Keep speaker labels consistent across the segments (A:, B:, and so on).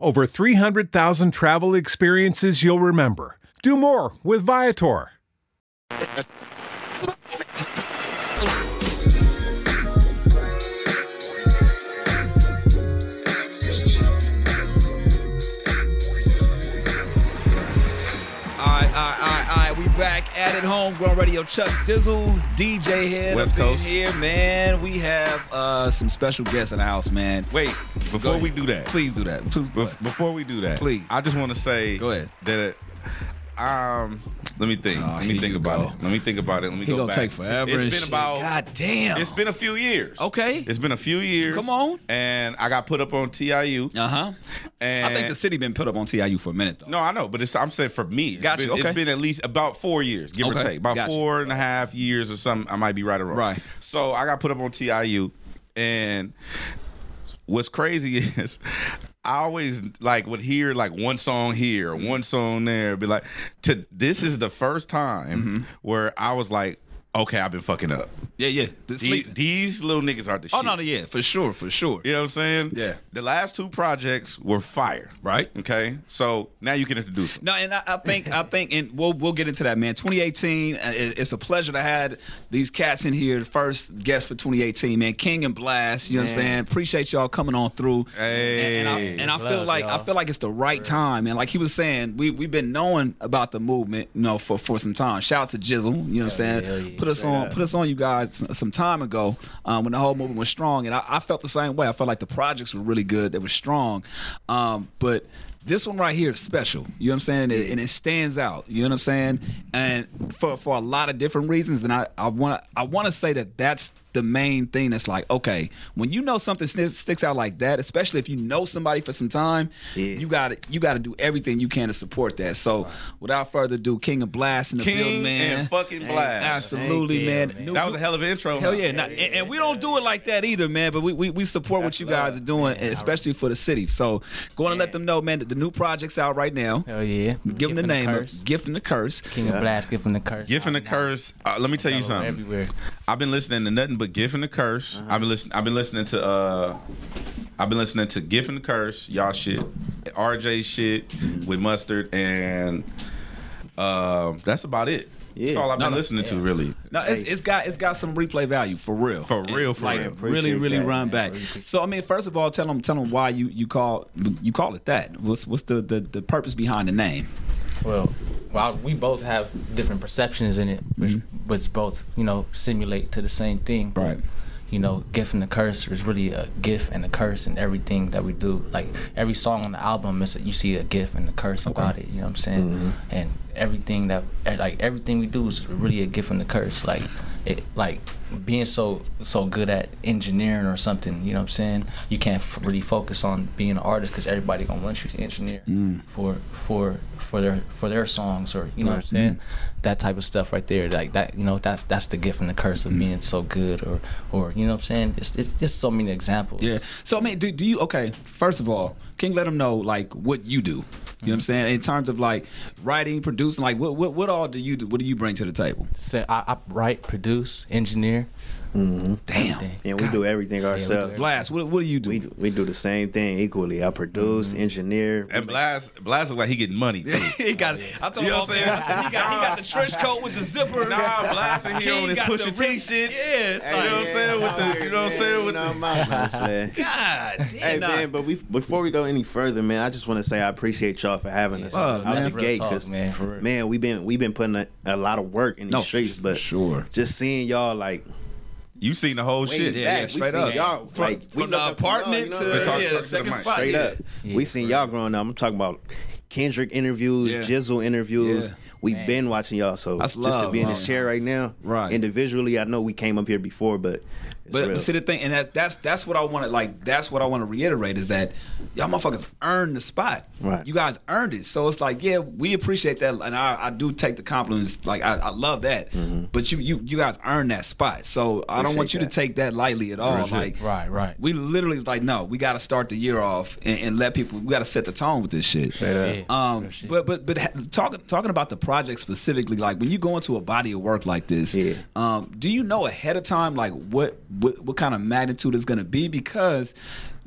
A: over 300,000 travel experiences you'll remember. Do more with Viator.
B: All right, all right, all right, all right. We back at it home. Grown Radio Chuck Dizzle, DJ here.
C: West
B: up in
C: Coast.
B: here, man. We have uh, some special guests in the house, man.
C: Wait,
B: Go
C: before
B: ahead.
C: we do that,
B: please do that. Please,
C: Be- before we do that,
B: Please.
C: I just want to say
B: Go ahead.
C: that uh, um let me think.
B: Oh,
C: let
B: here
C: me think
B: you
C: about
B: go.
C: it. Let me think about it. Let me
B: He
C: go
B: gonna
C: back.
B: take forever
C: It's
B: and
C: been
B: shit.
C: about
B: God damn.
C: It's been a few years.
B: Okay.
C: It's been a few years.
B: Come on.
C: And I got put up on TIU.
B: uh huh.
C: And
B: I think the city been put up on TIU for a minute though.
C: No, I know, but it's, I'm saying for me, it's
B: Gotcha,
C: been, it's
B: okay.
C: been at least about four years, give
B: Okay,
C: or take, about
B: gotcha.
C: four and a half years or something. I might be right or wrong.
B: Right.
C: So I got put up on TIU, and what's crazy is. I always like would hear like one song here, one song there, be like, to this is the first time
B: Mm-hmm.
C: where I was like, okay, I've been fucking up.
B: Yeah, yeah. The
C: These,
B: sleep.
C: these little niggas are the
B: Oh
C: shit.
B: no, no, yeah, for sure, for sure.
C: You know what I'm saying?
B: Yeah.
C: The last two projects were fire.
B: Right.
C: Okay. So now you can introduce them.
B: No, and I, I think I think, and we'll we'll get into that, man. 2018, uh, it- it's a pleasure to had these cats in here. The first guest for 2018, man, King and Blast. You know what I'm saying? Appreciate y'all coming on through.
C: Hey.
B: and, and I, and I
D: Love,
B: feel like I
D: y'all.
B: feel like it's the right time, and like he was saying, we we've been knowing about the movement, you know, for for some time. Shout out to Jizzle, you know what I'm
D: hell
B: saying?
D: yeah.
B: Put us on put us on you guys s- some time ago um, when the whole movement was strong, and I, I felt the same way. I felt like the projects were really good, they were strong, um, but this one right here is special. You know what I'm saying? It- and it stands out. You know what I'm saying? And for for a lot of different reasons. And I I want I want to say that that's the main thing that's like okay when you know something sti- sticks out like that especially if you know somebody for some time you got to you got to do everything you can to support that so without further ado king of blast in the field
C: King
B: man
C: and fucking blast.
B: absolutely man,
D: Thank you, man.
B: New-
C: That was a hell of an intro.
B: Hell
C: huh?
B: yeah, Nah, and, and we don't do it like that either, man. But we we, we support what you guys are doing, especially for the city. So go on and let them know, man, that the new project's out right now.
D: Oh yeah.
B: Give them the name, up.
D: curse.
B: gift and the curse.
D: King of Blast, give them the curse.
C: Gift and the curse. Uh, let me tell you something.
D: Everywhere.
C: I've been listening to nothing but Gift and the curse.
B: Uh-huh.
C: I've been listening. I've been listening to. uh I've been listening to Gift and the curse. Y'all shit. RJ shit with mustard and. Um, that's all it. That's all I've been listening to really.
B: No, it's, it's got it's got some replay value for real.
C: For real, for
B: like
C: real.
B: really, really run back. So I mean, first of all, tell them tell them why you you call you call it that. What's what's the the, the purpose behind the name?
D: Well, well, we both have different perceptions in it, which, which both you know simulate to the same thing.
B: Mm-hmm. Right.
D: You know, gift and the curse is really a gift and a curse in everything that we do. Like every song on the album, is you see a gift and a curse about it. You know what I'm saying?
B: Mm-hmm.
D: And everything that, and, like everything we do, is really a gift and a curse. Like, it, like being so so good at engineering or something. You know what I'm saying? You can't f- really focus on being an artist because everybody gonna want you to engineer
B: Mm.
D: for for for their for their songs or you know what I'm saying that type of stuff right there like that you know that's that's the gift and the curse
B: Mm.
D: of being so good or or you know what I'm saying it's it's just so many examples
B: Yeah. So I mean, do, do you okay? First of all, can you let them know like what you do? You know what I'm saying? In terms of like writing, producing, like what what, what all do you do? What do you bring to the table?
D: so I, I write produce engineer
B: Damn.
E: And we do everything ourselves.
B: Blast. What, what do you do?
E: we, we do the same thing equally. I produce, engineer.
C: And Blast, Blast look like he getting money too.
B: he got. I told
C: You
B: him
C: know
B: all
C: what I'm saying?
B: that. I said he got, he got the trench coat with the zipper.
C: nah, Blast in here
B: King
C: on his
B: got
C: Pusha
B: the
C: T
B: rich-
C: shit.
B: Yeah, it's
C: You know
B: like,
C: what I'm saying? With the, you know what I'm saying? With the,
E: the.
B: God damn.
E: Hey
B: nah.
E: man, but we before we go any further, man, I just want to say I appreciate y'all for having us
B: Oh,
E: out
B: man.
E: the
D: Real
E: gate
D: talk,
E: 'cause
D: man, for real.
E: man, we've been we've been putting a, a lot of work in these
B: No,
E: streets,
B: for
E: but
B: sure.
E: just seeing y'all like
C: You seen the whole
E: way
C: shit.
E: back,
B: yeah,
E: we
B: straight
E: seen
B: up.
E: y'all like
B: From
E: we
B: the
E: look up to y'all,
B: apartment
E: you
B: to
E: know what I'm saying?
C: Talk-
B: yeah,
C: talk
B: the
C: to
B: second
C: the mic.
B: spot.
E: straight
B: yeah.
E: up. we seen y'all growing up. I'm talking about Kendrick interviews,
B: Yeah.
E: Jizzle interviews.
B: Yeah.
E: We've been watching y'all, so
B: That's
E: just to
B: love,
E: be in
B: bro.
E: this chair right now,
B: Right.
E: Individually, I know we came up here before, but it's
B: But,
E: real.
B: but see the thing, and that, that's that's what I want to like. That's what I want to reiterate is that y'all motherfuckers earned the spot.
E: Right.
B: You guys earned it. So it's like, yeah, we appreciate that, and I, I do take the compliments. Like I, I love that. But you you you guys earned that spot. So I don't want
E: Mm-hmm. Appreciate
B: you
E: that.
B: to take that lightly at all. Like
D: Right, right.
B: We literally was like, no, we got to start the year off and, and let people. We got to set the tone with this shit.
D: Yeah,
B: Um,
D: real shit.
B: but but but ha- talking talking about the project specifically, like when you go into a body of work like this,
E: Yeah.
B: um, do you know ahead of time like what what, what kind of magnitude it's going to be because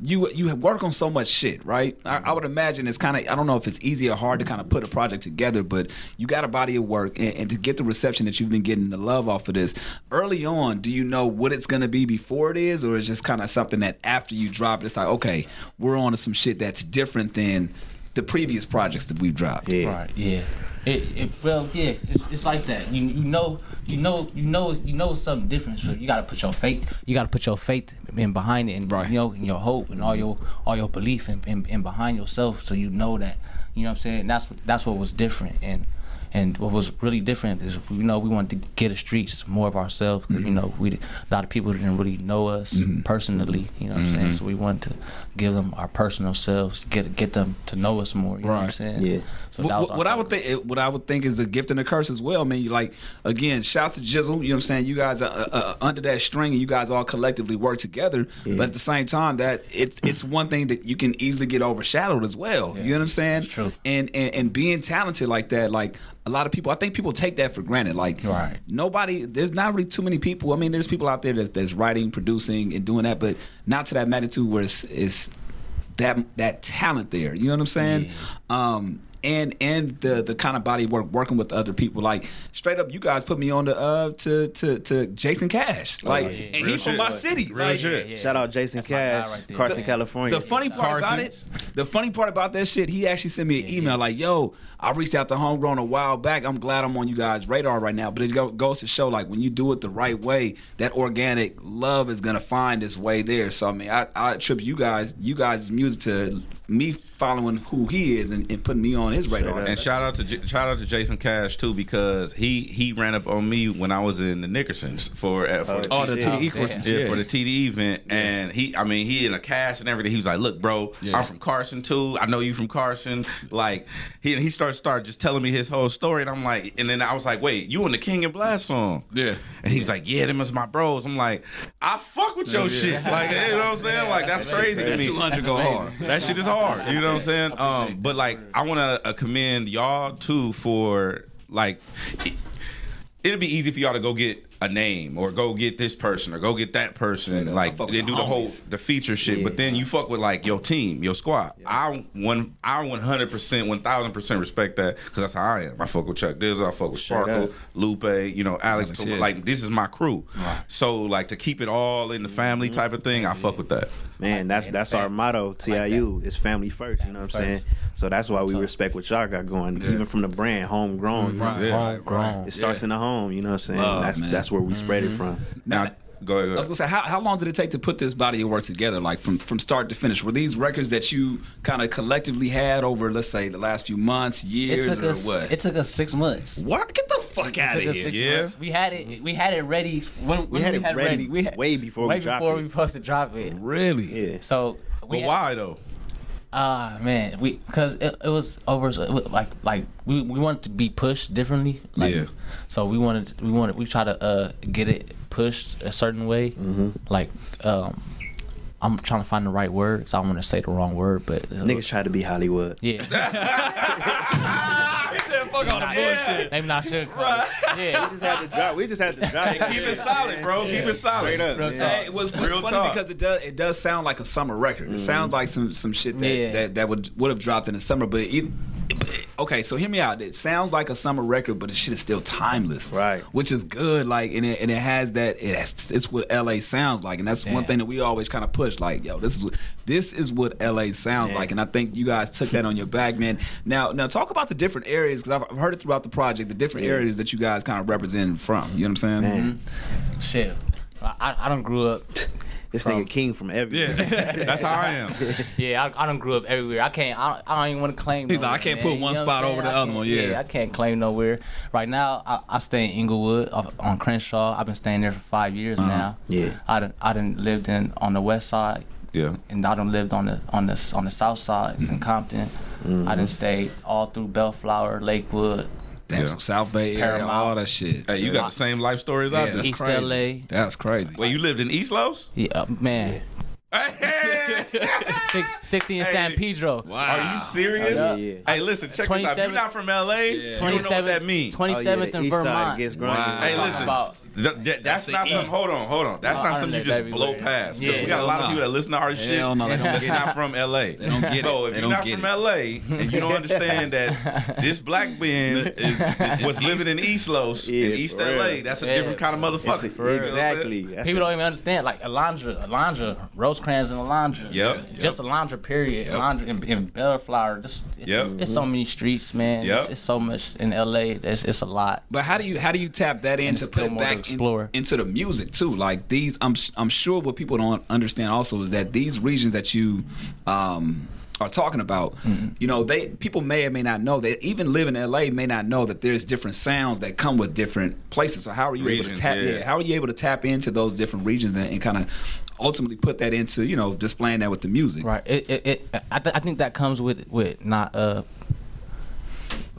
B: you you work on so much shit, right? I, I would imagine it's kind of I don't know if it's easy or hard to kind of put a project together, but you got a body of work and, and to get the reception that you've been getting, the love off of this early on. Do you know what it's going to be before it is, or is just kind of something that after you drop it, it's like okay, we're on to some shit that's different than the previous projects that we've dropped.
E: yeah.
D: Right. Yeah. It, it well yeah it's, it's like that you you know you know you know you know it's something different so you gotta put your faith you gotta put your faith in behind it and
B: Right.
D: you know and your hope and all your all your belief in, in, in behind yourself so you know that you know what I'm saying that's what- that's what was different and and what was really different is you know we wanted to get the streets more of ourselves 'cause, you know we a lot of people didn't really know us personally you know what I'm saying so we wanted to give them our personal selves get get them to know us more you know what I'm
B: Right.
D: saying
E: Yeah.
D: So
B: What,
D: that was
B: what-
D: our
B: what I would
D: focus.
B: think, it- what I would think is a gift and a curse as well. I mean, you like again, shouts to Jizzle. You know what I'm saying? You guys are uh, uh, under that string, and you guys all collectively work together. But at the same time, that it's it's one thing that you can easily get overshadowed as well. You know what I'm saying?
D: it's true.
B: And, and and being talented like that, like a lot of people, I think people take that for granted. Like
D: Right.
B: nobody, there's not really too many people. I mean, there's people out there that's, that's writing, producing, and doing that, but not to that magnitude where it's, it's that that talent there. You know what I'm saying? Um, and and the the kind of body of work working with other people. Like straight up, you guys put me on the uh to to to Jason Cash. Like and
C: Real
B: he's from
C: shit.
B: my city.
C: Real
B: like,
C: shit.
D: Yeah.
E: Shout out Jason
D: That's my guy
E: Cash,
D: right there,
E: Carson,
D: man.
E: California.
B: The funny part about
C: Carson.
B: it, the funny part about that shit, he actually sent me an email like, "Yo, I reached out to Homegrown a while back. I'm glad I'm on you guys' radar right now." But it go, goes to show, like, when you do it the right way, that organic love is gonna find its way there. So I mean, I, I attribute you guys, you guys' music to me following who he is and, and putting me on his radar.
E: up.
C: And shout out to J- shout out to Jason Cash too because he he ran up on me when I was in the Nickersons for uh, for
B: Oh, the
E: shit.
B: TDE
D: Yeah.
B: Christmas.
C: yeah, for the TD event, and he, I mean, he in a cast and everything. He was like, "Look, bro, I'm from Carson too. I know you from Carson." Like, he and he started started just telling me his whole story, and I'm like, and then I was like, "Wait, you in the King and Blast song?"
F: Yeah.
C: and he's like, "Yeah, them is my bros." I'm like, "I fuck with your shit." Like, you know what I'm saying? Like, that's crazy to me.
B: Two hundred go hard.
C: That shit is hard. You know what I'm saying? Um, but like, I want to uh, commend y'all too for like. It, it'd be easy for y'all to go get a name or go get this person or go get that person and like
B: fuck with
C: they
B: the
C: do the whole
B: homies.
C: the feature shit.
E: Yeah.
C: But then you fuck with like your team, your squad. I one I one hundred percent, one thousand percent respect that because that's how I am. I fuck with Chuck Dizzle, I fuck with
E: up.
C: Sparkle, Lupe, you know Alex. Tor-
B: yeah.
C: Like this is my crew. So like to keep it all in the family type of thing, I fuck with that.
E: Man, that's
D: that.
E: that's our motto. TIU is family first. You know what I'm saying?
D: first.
E: So that's why we respect what y'all got going, even from the brand, homegrown. you know what I'm
B: Yeah.
E: saying?
D: Homegrown.
E: It starts in the home. You know what I'm saying?
B: Mm-hmm. Love,
E: that's
B: man.
E: that's where we spread
D: Mm-hmm.
E: it from.
C: Now go ahead. Go
B: I
C: ahead.
B: was gonna say, how, how long did it take to put this body of work together, like from, from start to finish? Were these records that you kind of collectively had over, let's say, the last few months,
D: It
B: years,
D: took
B: or
D: us.
B: what?
D: It took us six months. It
B: what? Get the fuck out
D: took
B: of
D: us
B: here!
D: six
C: yeah.
D: months. We had it. We had it ready. When, when
E: had it ready
D: We had,
E: way before we
D: way
E: dropped
D: before
E: it.
D: we supposed to drop it.
B: Really?
E: Yeah.
D: So we
C: But
D: had-
C: why though?
D: Ah man, we because it, it was over so it was like like we, we wanted to be pushed differently. Like,
C: Yeah.
D: So we wanted we wanted we try to uh get it pushed a certain way.
E: Mm-hmm.
D: Like um, I'm trying to find the right word, so I want to say the wrong word, but
E: Niggas try to be Hollywood.
D: yeah,
B: He said, fuck all the bullshit.
D: maybe not sure. Yeah.
E: We just had to drop. We just had to drop.
C: Keep it solid, bro. Keep it solid.
E: Straight up.
D: Real
E: man.
D: talk.
B: Hey, it was
C: Real
B: funny
C: talk.
B: because it does it does sound like a summer record. It sounds like some some shit that
D: Yeah.
B: that, that would would have dropped in the summer, but it, okay, so hear me out. It sounds like a summer record, but the shit is still timeless,
E: Right.
B: Which is good. Like, and it and it has that. It has, it's what LA sounds like, and that's one
D: Damn.
B: thing that we always kind of push. Like, yo, this is what this is what LA sounds like, and I think you guys took that on your back, man. Now, now talk about the different areas because I've I've heard it throughout the project. The different areas that you guys kind of represent from. You know what I'm saying?
D: Shit, I I, I don't grew up.
E: This
D: From-
E: nigga king from everywhere.
C: Yeah, that's how I am.
D: Yeah, I, I don't grew up everywhere. I can't. I don't, I don't even want to claim.
B: He's like,
D: nowhere,
B: I can't
D: man.
B: put one
D: You know what
B: spot
D: I'm
B: over
D: saying?
B: the
D: I
B: other
D: can't-
B: one, yeah.
D: I can't claim nowhere. Right now, I, I stay in Inglewood off- on Crenshaw. I've been staying there for five years now.
E: Yeah.
D: I done, I done lived in on the west side.
C: Yeah.
D: And I done lived on the on the on the south side in Compton. I done stayed all through Bellflower, Lakewood,
B: Damn,
C: Yeah.
B: so South Bay area,
D: Paramount.
B: all that shit.
C: Hey, you got the same life stories I
B: Yeah,
C: do.
B: that's
D: East
B: crazy.
D: LA.
B: That's crazy.
C: Wait, you lived in East Los?
D: Yeah, uh, man.
C: Hey, hey, hey.
D: Six, 60 in
C: Hey.
D: San Pedro.
C: Are you serious?
E: Oh, yeah, yeah.
C: Hey, listen, check this out. If you're
D: 27
C: not from LA, you don't know what that means.
D: 27th in
E: Oh, east side
D: Vermont.
E: gets grimy.
B: Wow.
C: Hey,
D: Talk
C: listen.
D: about-
C: th- th- that's
B: the
C: not
B: E.
C: something. Hold on, hold on. That's
D: Uh,
C: not something you
D: internet's
C: just blow
D: everywhere.
C: past. 'Cause
D: Yeah.
C: we got a lot
B: Hell
C: of
B: no.
C: people that listen to our
B: Hell
C: shit.
B: no, they don't
C: They're
B: get it.
C: not from LA.
B: don't get it.
C: so if
B: They
C: you're
B: don't
C: not
B: get
C: from
B: it.
C: LA and you don't understand that this black man was living in East Los
E: Yeah,
C: in East
E: for real.
C: LA, that's a
D: Yeah.
C: different kind of
E: It's-
C: motherfucker.
E: exactly. That's
D: People
E: it.
D: don't even understand. Like Alondra, Alondra, Rosecrans and Alondra.
C: Yep.
D: Just Alondra, period.
C: Yep.
D: Alondra and, and Bellflower. Just,
C: Yep.
D: It's so many streets, man.
C: Yep.
D: It's, it's so much in LA. It's, it's a lot.
B: But how do you how do you tap that in
D: And
B: to put
D: still
B: it
D: more to
B: back in-
D: explore.
B: into the music too? Like these, I'm s- I'm sure what people don't understand also is that these regions that you um, are talking about,
D: Mm-hmm.
B: you know, they people may or may not know that even live in LA may not know that there's different sounds that come with different places. So how are you able
C: Regions,
B: to tap?
C: yeah.
B: yeah, how are you able to tap into those different regions and, and kind of ultimately put that into you know displaying that with the music?
D: Right. It, it, it I, th- I think that comes with with not uh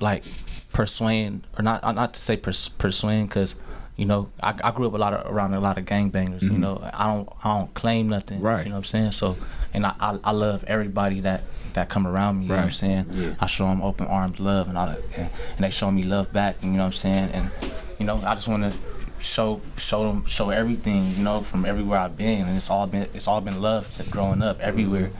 D: like persuading or not uh, not to say pers- persuading because you know I, I grew up a lot of, around a lot of gangbangers.
C: Mm-hmm.
D: You know I don't I don't claim nothing.
B: Right.
D: You know what I'm saying. So and I I, I love everybody that that come around me. You know what I'm
B: Right.
D: saying. I show them open arms love and all that, and, and they show me love back. You know what I'm saying. And you know I just want to show show them show everything you know from everywhere I've been and it's all been it's all been love since growing up everywhere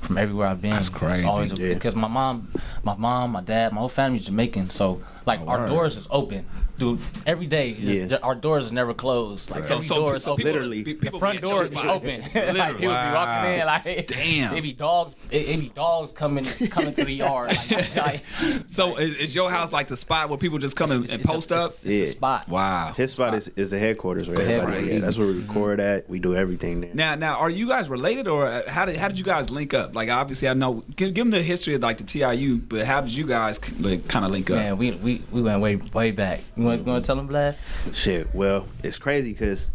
D: from everywhere I've been
B: That's
D: It's
B: crazy.
D: always a-
E: Yeah.
D: because my mom my mom my dad my whole family's Jamaican so like our
B: Oh, word.
D: doors is open dude every day is-
E: Yeah.
D: our doors is never closed like every door is open
E: people- Literally.
B: pe-
D: the front
B: be at
D: door
B: your
D: is
B: spot.
D: open. like people be walking in, like
B: Damn.
D: It be dogs. It, it be dogs coming coming to the yard. Like, like,
B: So is, is your house like the spot where people just come and, and
D: it's
B: post
D: a,
B: up?
D: It's, it's a
E: Yeah.
D: spot.
B: Wow.
E: His spot is, is the headquarters where
D: the
E: everybody
B: headquarters.
E: is. That's where we record at. We do everything there.
B: Now, now, are you guys related, or uh, how did how did you guys link up? Like, obviously, I know give, give them the history of like the TIU, but how did you guys c- like kind of link up?
D: Man, we, we we went way way back. You want to tell them, Blast?
E: Shit. Well, it's crazy because,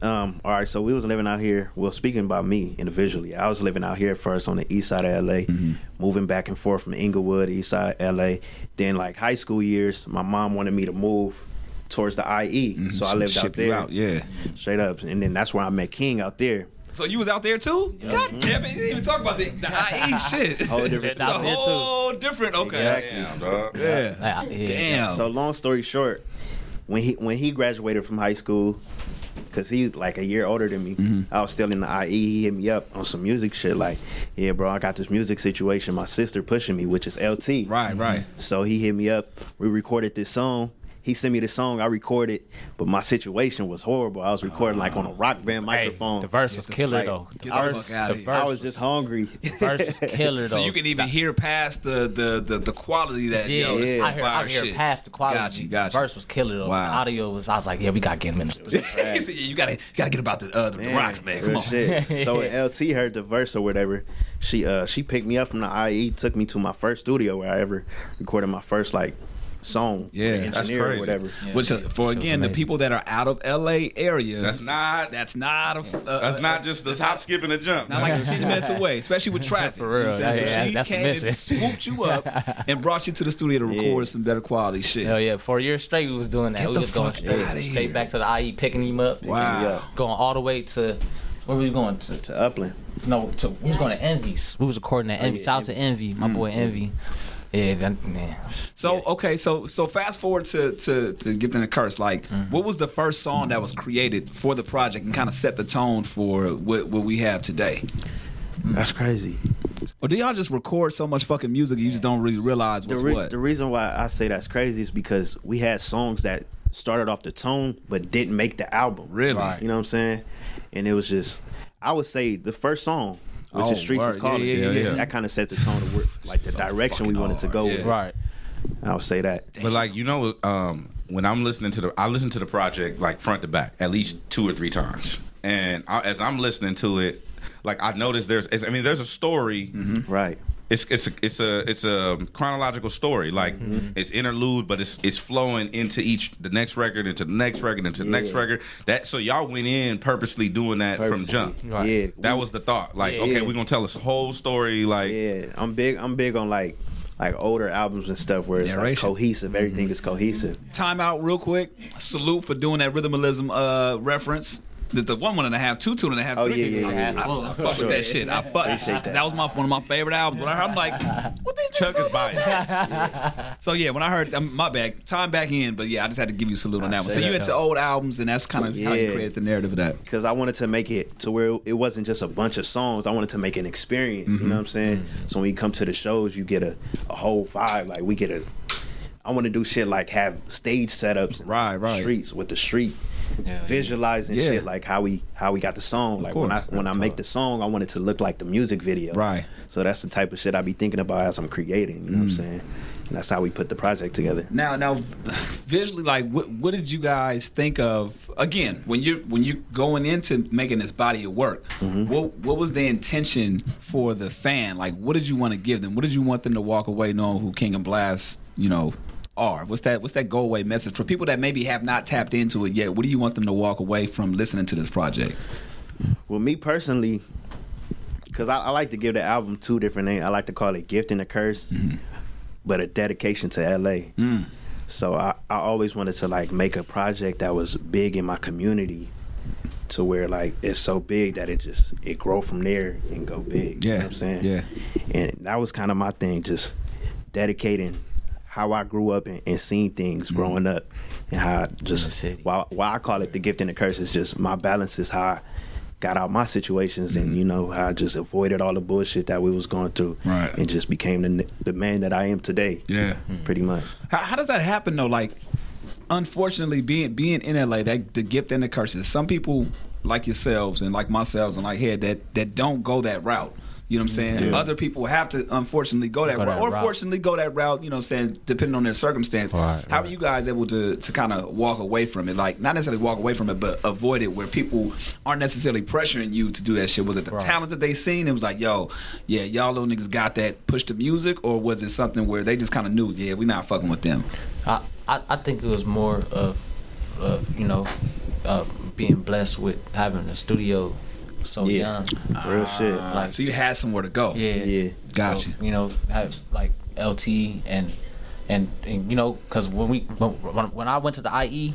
E: um, all right. So we was living out here. Well, speaking about me individually, I was living out here at first on the east side of LA,
B: Mm-hmm.
E: moving back and forth from Inglewood, east side of LA. Then like high school years, my mom wanted me to move towards the IE, so I
B: Some
E: lived out
B: ship Mm-hmm. you
E: there,
B: out, yeah.
E: straight up. And then that's where I met King out there.
B: So you was out there too?
D: Mm-hmm.
B: God damn it! You didn't even talk about the, the IE shit.
E: Whole different
B: it's a
D: out there, too.
B: whole different. Okay.
E: Exactly.
C: Damn, dog.
B: Yeah.
D: Like, yeah.
B: Damn.
D: Oh.
E: So long story short, when he when he graduated from high school, cause he's like a year older than me,
D: Mm-hmm.
E: I was still in the IE. He hit me up on some music shit. Like, yeah, bro, I got this music situation. My sister pushing me, which is LT.
B: right. Right.
E: So he hit me up. We recorded this song. He sent me the song. I recorded, but my situation was horrible. I was recording like on a rock band
D: Hey,
E: microphone.
D: the verse was killer
E: like,
D: though.
B: Get the
E: I was,
B: fuck outta here.
E: I was just hungry.
D: Verse is killer though.
B: So you can even
D: That-
B: hear past the the the, the quality that
D: Yeah,
B: yo, this is
E: yeah.
B: some
D: I hear,
B: fire
D: I hear
B: shit.
D: past the quality.
B: Got you. Got you.
D: Verse was killer though.
B: Wow.
D: The audio was. I was like, yeah, we gotta get him in the studio.
B: He said, yeah, you gotta gotta get about the uh, the, the rocks, man. Come
E: real
B: on.
E: Shit. So when LT heard the verse or whatever, she uh she picked me up from the IE, took me to my first studio where I ever recorded my first like song.
B: Yeah,
E: engineer
B: that's
E: Or
C: crazy.
E: whatever.
B: Which uh, for
D: Shit was
B: again the
D: amazing.
B: people that are out of LA area,
C: That's not-
B: that's not a uh,
C: That's not just the hop, skip, and the jump.
B: not like ten minutes away, especially with traffic.
D: For real,
B: you know what I'm saying?
D: yeah,
B: so
D: yeah,
B: she
D: that's a
B: came and
D: mission.
B: swooped you up and brought you to the studio to record some better quality shit.
D: Hell yeah! For a year straight, we was doing that.
B: Get
D: we
B: the
D: was going
B: fuck
D: straight,
B: outta
D: straight
B: here.
D: back to the IE, picking him up.
B: Wow.
D: Going all the way to where we was going to, to
E: To Upland.
D: no to we was going to Envy's. We was recording at
B: Oh,
D: Envy.
E: yeah,
D: Shout out to Envy, my
B: Mm-hmm.
D: boy Envy. Yeah, that, man.
B: So okay, so so fast forward to to to Gift and a Curse. Like,
D: Mm-hmm.
B: what was the first song that was created for the project and kind of set the tone for what what we have today?
E: That's crazy.
B: Or do y'all just record so much fucking music you just don't really realize
E: The,
B: what's
E: re-
B: what?
E: the reason why I say that's crazy is because we had songs that started off the tone but didn't make the album.
B: Really? Right.
E: You know what I'm saying? And it was just, I would say the first song, which
B: Oh,
E: is Streets
B: word.
E: is Calling,
B: Yeah, yeah, yeah, yeah.
E: that kind of set the tone of where, like the direction we wanted to go with.
D: Right.
E: I would say that.
C: But like you know, um, when I'm listening to the, I listen to the project like front to back at least two or three times, and I, as I'm listening to it, like I notice there's, it's, I mean, there's a story.
E: Right.
C: It's it's a, it's a it's a chronological story. Like
E: Mm-hmm.
C: it's interlude, but it's it's flowing into each the next record, into the next record, into the next
E: Yeah.
C: record. That so y'all went in purposely doing that from jump.
D: Right.
E: Yeah.
C: That
E: we-
C: was the thought. Like
E: Yeah.
C: okay,
E: Yeah.
C: we're gonna tell this whole story. Like
E: Yeah, I'm big. I'm big on like like older albums and stuff where it's
B: Narration.
E: like cohesive. Everything is cohesive.
B: Time out real quick. Salute for doing that rhythmalism uh, reference. The, the one one and a half, two two and a half,
E: Oh,
B: three.
E: yeah, yeah, yeah, yeah.
B: I, I
D: Oh,
B: fuck
D: for
B: with
E: sure.
B: that shit. I fuck.
E: Appreciate that.
B: That was my one of my favorite albums. When I heard, I'm like, what these
C: Chuck is biased.
B: So yeah, when I heard um, my back time back in, but yeah, I just had to give you a salute on that one.
E: say
B: So you
E: that,
B: into old albums, and that's kind of how you
E: Yeah.
B: create the narrative of that.
E: Because I wanted to make it to where it wasn't just a bunch of songs. I wanted to make an experience. You
B: Mm-hmm.
E: know what I'm saying? So when you come to the shows, you get a, a whole vibe. Like we get a. I want to do shit like have stage setups, and
B: Right, right.
E: Streets with the street,
D: yeah.
E: visualizing
B: Yeah.
E: shit like how we how we got the song. Like when I
B: course.
E: when I make the song, I want it to look like the music video.
B: Right. Mm.
E: So that's the type of shit I be thinking about as I'm creating. You know what I'm saying? And that's how we put the project together.
B: Now, now, visually, like, what, what did you guys think of? Again, when you when you going into making this body of work, what what was the intention for the fan? Like, what did you want to give them? What did you want them to walk away knowing who King and Blast, you know, are? What's that? What's that go away message for people that maybe have not tapped into it yet? What do you want them to walk away from listening to this project?
E: Well, me personally, because I, I like to give the album two different names. I like to call it "Gift and a Curse,"
B: Mm-hmm.
E: but a dedication to LA.
B: Mm.
E: So I, I always wanted to like make a project that was big in my community, to where like it's so big that it just it grow from there and go big. you
B: Yeah,
E: know what I'm saying
B: yeah.
E: and that was kind of my thing, just dedicating how I grew up and, and seeing things
B: Mm-hmm.
E: growing up, and how I
D: the
E: just
D: city.
E: why why I call it the gift and the curse is just my balance is how I got out my situations
B: Mm-hmm.
E: and you know how I just avoided all the bullshit that we was going through,
B: Right.
E: and just became the the man that I am today.
B: Yeah.
E: pretty much.
B: How, how does that happen though? Like, unfortunately, being being in LA, that the gift and the curses. Some people like yourselves and like myself and like head that that don't go that route. You know what I'm saying? Other people have to unfortunately go that
D: Mm-hmm. Go that
B: route, or
D: route.
B: fortunately go that route. You know what I'm saying? Depending on their circumstance.
D: Right,
B: How
D: right.
B: are you guys able to to kind of walk away from it? Like not necessarily walk away from it, but avoid it where people aren't necessarily pressuring you to do that shit. Was it the talent that they seen? It was like, yo, yeah, y'all little niggas got that. Push the music, or was it something where they just kind of knew, yeah, we not fucking with them.
D: I, I, I think it was more of, of you know, uh, being blessed with having a studio so
E: Yeah,
D: young.
E: real
B: Ah.
E: shit.
B: Like, so you had somewhere to go.
D: Yeah,
E: Yeah.
B: Gotcha.
D: So, you know, have like LT and and, and you know, because when we when, when when I went to the IE,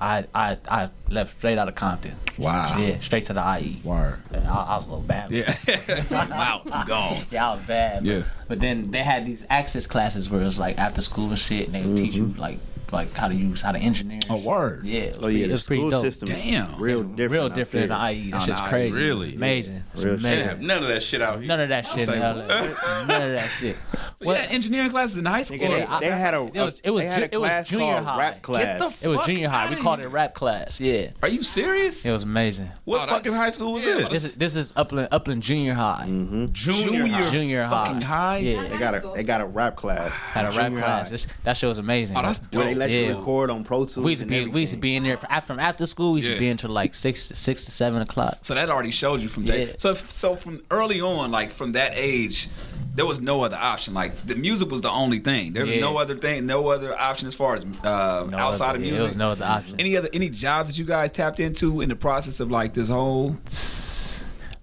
D: I I I left straight out of Compton.
B: Wow.
D: Yeah, straight to the IE.
B: Word.
D: And I, I was a little bad.
B: Yeah. I'm out. I'm gone.
D: Yeah, I was bad. but-
B: Yeah.
D: But then they had these access classes where it was like after school and shit, and they would teach you like like how to use how to engineer.
B: Mm-hmm. Oh, word.
D: Yeah. It was
E: Oh yeah,
D: pretty, it
E: the
D: was pretty
E: school
D: dope.
E: system, is
B: Damn.
E: real different,
D: Real
E: out
D: different
E: there.
D: than IE. That
B: On
D: shit's
B: the IE,
D: crazy.
C: really?
D: Amazing. It's
E: Real shit.
C: They
D: amazing.
C: didn't have none of that shit out here.
D: None of that shit. in LA. None of that shit.
B: Well,
D: What?
B: yeah, engineering classes in high school.
E: Nigga, they,
D: I-
E: they had a
D: it was- it was
E: they had
D: ju-
E: a
D: it was
E: class
D: junior
E: called
D: high.
E: rap
D: Get the
E: class.
D: It was
B: Fuck
D: junior high. We
B: outta
D: called it
B: here.
D: rap class. Yeah.
B: Are you serious?
D: It was amazing.
C: What
B: Oh,
C: fucking
B: that's-
C: high school was
B: yeah.
C: this?
D: This is this is Upland Upland Junior High.
E: Mm-hmm.
C: Junior. high.
D: Junior high.
B: fucking high?
D: Yeah.
E: They got a they got a rap class.
D: Had a rap
E: Junior
D: class.
E: high.
D: This- that shit was amazing.
B: Oh, that's
D: bro.
E: Where they let
D: Yeah.
E: you record on Pro Tools.
D: We used to
E: and
D: be we used to
E: everything.
D: be in there for, after, from after school. We used
C: Yeah.
D: to be in till like six six to seven o'clock.
B: So that already showed you from day.
D: Yeah.
B: So so from early on, like from that age, there was no other option. Like the music was the only thing. There was
D: Yeah.
B: no other thing, no other option as far as uh,
D: No
B: outside
D: other-
B: of
D: yeah,
B: music.
D: there was no other option.
B: Any other any jobs that you guys tapped into in the process of like this whole?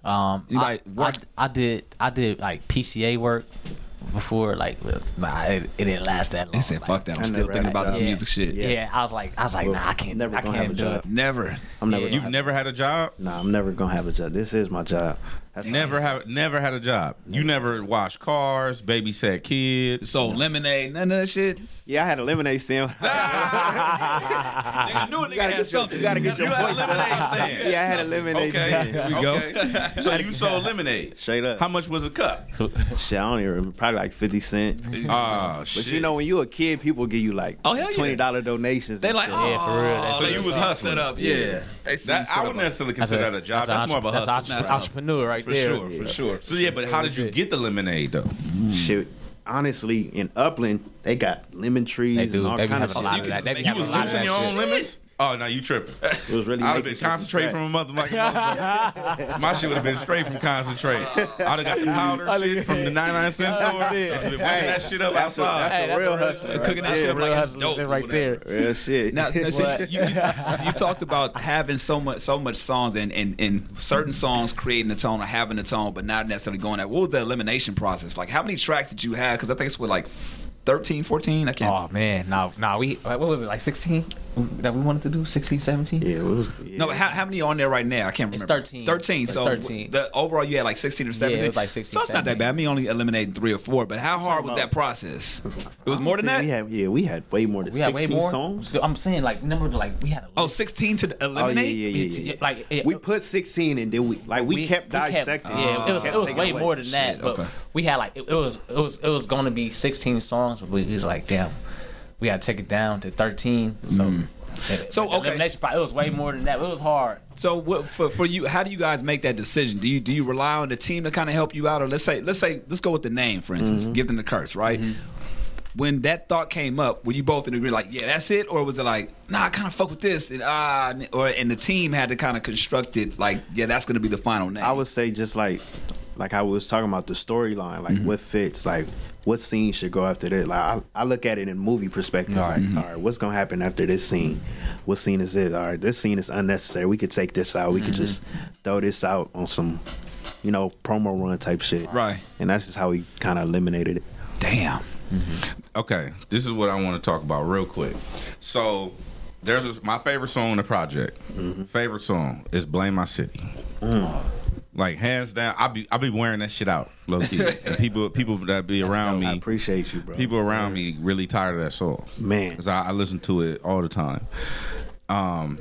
D: Um,
B: You
D: I,
B: like work-
D: I, I did I did like PCA work before like nah it, it didn't last that long.
B: They said,
D: Like,
B: "Fuck that! I'm
E: I
B: still
E: never
B: thinking
E: had a
B: about this
E: job.
B: music shit."
D: Yeah. I was like I was like
E: Well,
D: nah I can't
E: never
D: I
E: gonna
D: can't
E: have a
D: do
E: job.
D: it.
B: Never.
E: I'm never.
D: Yeah.
E: gonna
C: You've never had a job?
E: Nah, I'm never gonna have a job. This is my job. That's
C: Never have never had a job. You never washed cars, babysat kids.
B: So lemonade, none of that shit.
E: Yeah, I had a lemonade stand.
B: I knew a nigga
E: gotta get your- you gotta get your
C: had
E: voice up.
C: lemonade stand.
E: Yeah, I had a lemonade
C: Okay,
E: stand.
C: here we go. so you sold lemonade.
E: Straight up.
C: How much was a cup?
E: Shit, I don't even remember. Probably like fifty cent.
C: Oh shit!
E: But you know, when you a kid, people give you like
B: Oh, hell yeah.
E: twenty dollar donations.
B: They
E: and
B: like,
E: shit.
B: oh,
D: Yeah, for real. That's
C: so
D: what
C: you
D: it
C: was
D: is.
C: hustling.
B: set up. Yeah, They set
C: That,
B: you
C: I
B: set
C: wouldn't
B: up.
C: necessarily consider that a job. That's, more of a
D: entre-
C: hustle.
D: That's
B: That's a-
D: entre- entrepreneur right
B: for
D: there.
B: sure, for sure.
C: so yeah, but how did you get the lemonade though?
E: shit. Honestly, in Upland, they got lemon trees
D: They do.
E: and all
D: They be
E: kind of
D: having a
E: shit.
D: lot of that. They be
B: You
C: You
D: having
C: was
D: a lot of
C: losing
D: that
C: your own
D: shit.
C: lemons. Oh no, you tripping.
E: It was really.
C: I'd have
E: making
C: been
E: shit
C: concentrating from
E: crack.
C: a mother like my shit would have been straight from concentrate. I'd have got the powder shit from the 99 cent store. I'd have been whipping that shit up
E: that's a,
C: outside.
E: that's a
D: Hey, that's
E: real
D: a real-
E: hustle. right
B: Cooking that
E: there.
B: shit
D: Real
B: like it's
D: hustling
B: dope.
D: shit
B: or
D: right
B: whatever.
D: there.
E: Real shit.
B: Now, now see,
D: What?
B: you, you, you talked about having so much, so much songs, and, and and certain songs creating the tone or having the tone, but not necessarily going at. What was the elimination process like? How many tracks did you have? Because I think it's with like 13, 14. I can't.
D: Oh man, nah, nah. We like, what was it like 16 that we wanted to do 16, 17?
E: yeah, it was.
B: No, but how, how many are on there right now? I can't remember.
D: It's 13.
B: 13.
D: It's
B: so
D: 13.
B: the overall you had like 16 or 17.
D: was like 16,
B: So it's not that
D: 17.
B: bad. Me only eliminating three or four. But how hard was that process? It was more than
E: We
B: that.
E: had yeah, we had way more than
D: We had
E: sixteen
D: way more.
E: songs.
D: So I'm saying like number like we had a
B: Oh,
D: list.
B: 16 to
E: Oh
B: eliminate.
E: yeah, yeah, yeah, yeah.
D: Like, it-
E: we put sixteen and then we like we, kept dissecting.
D: yeah, it was,
E: Kept
D: it was
E: taking
D: way
E: away.
D: more than that.
B: Shit,
D: but
B: okay.
D: we had like it, it was it was it was going to be 16 songs, but we was like, damn, we got to take it down to 13. So. it-
B: So,
D: the
B: okay.
D: elimination pro- it was way more than that. It was hard.
B: So what, for for you, how do you guys make that decision? Do you do you rely on the team to kind of help you out, or let's say let's say let's go with the name for instance,
E: Mm-hmm.
B: give them the curse, right? When that thought came up, were you both in agreement, like, yeah, that's it, or was it like, nah, I kind of fuck with this, and ah, uh, or and the team had to kind of construct it, like, yeah, that's gonna be the final name.
E: I would say just like like I was talking about the storyline, like what fits, like what scene should go after that. Like I, I look at it in movie perspective. Like, all right, what's gonna happen after this scene? What scene is this? All right, this scene is unnecessary. We could take this out. We could just throw this out on some, you know, promo run type shit.
B: Right.
E: And that's just how we kind of eliminated it.
B: Damn.
C: Okay, this is what I want to talk about real quick. So there's this, my favorite song in the project.
E: Mm-hmm.
C: Favorite song is "Blame My City."
E: Mm.
C: Like hands down, I be I be wearing that shit out, low key. and people people that be around
E: I
C: me,
E: appreciate you, bro.
C: people around me really tired of that song.
E: Man.
C: because I, I listen to it all the time. Um,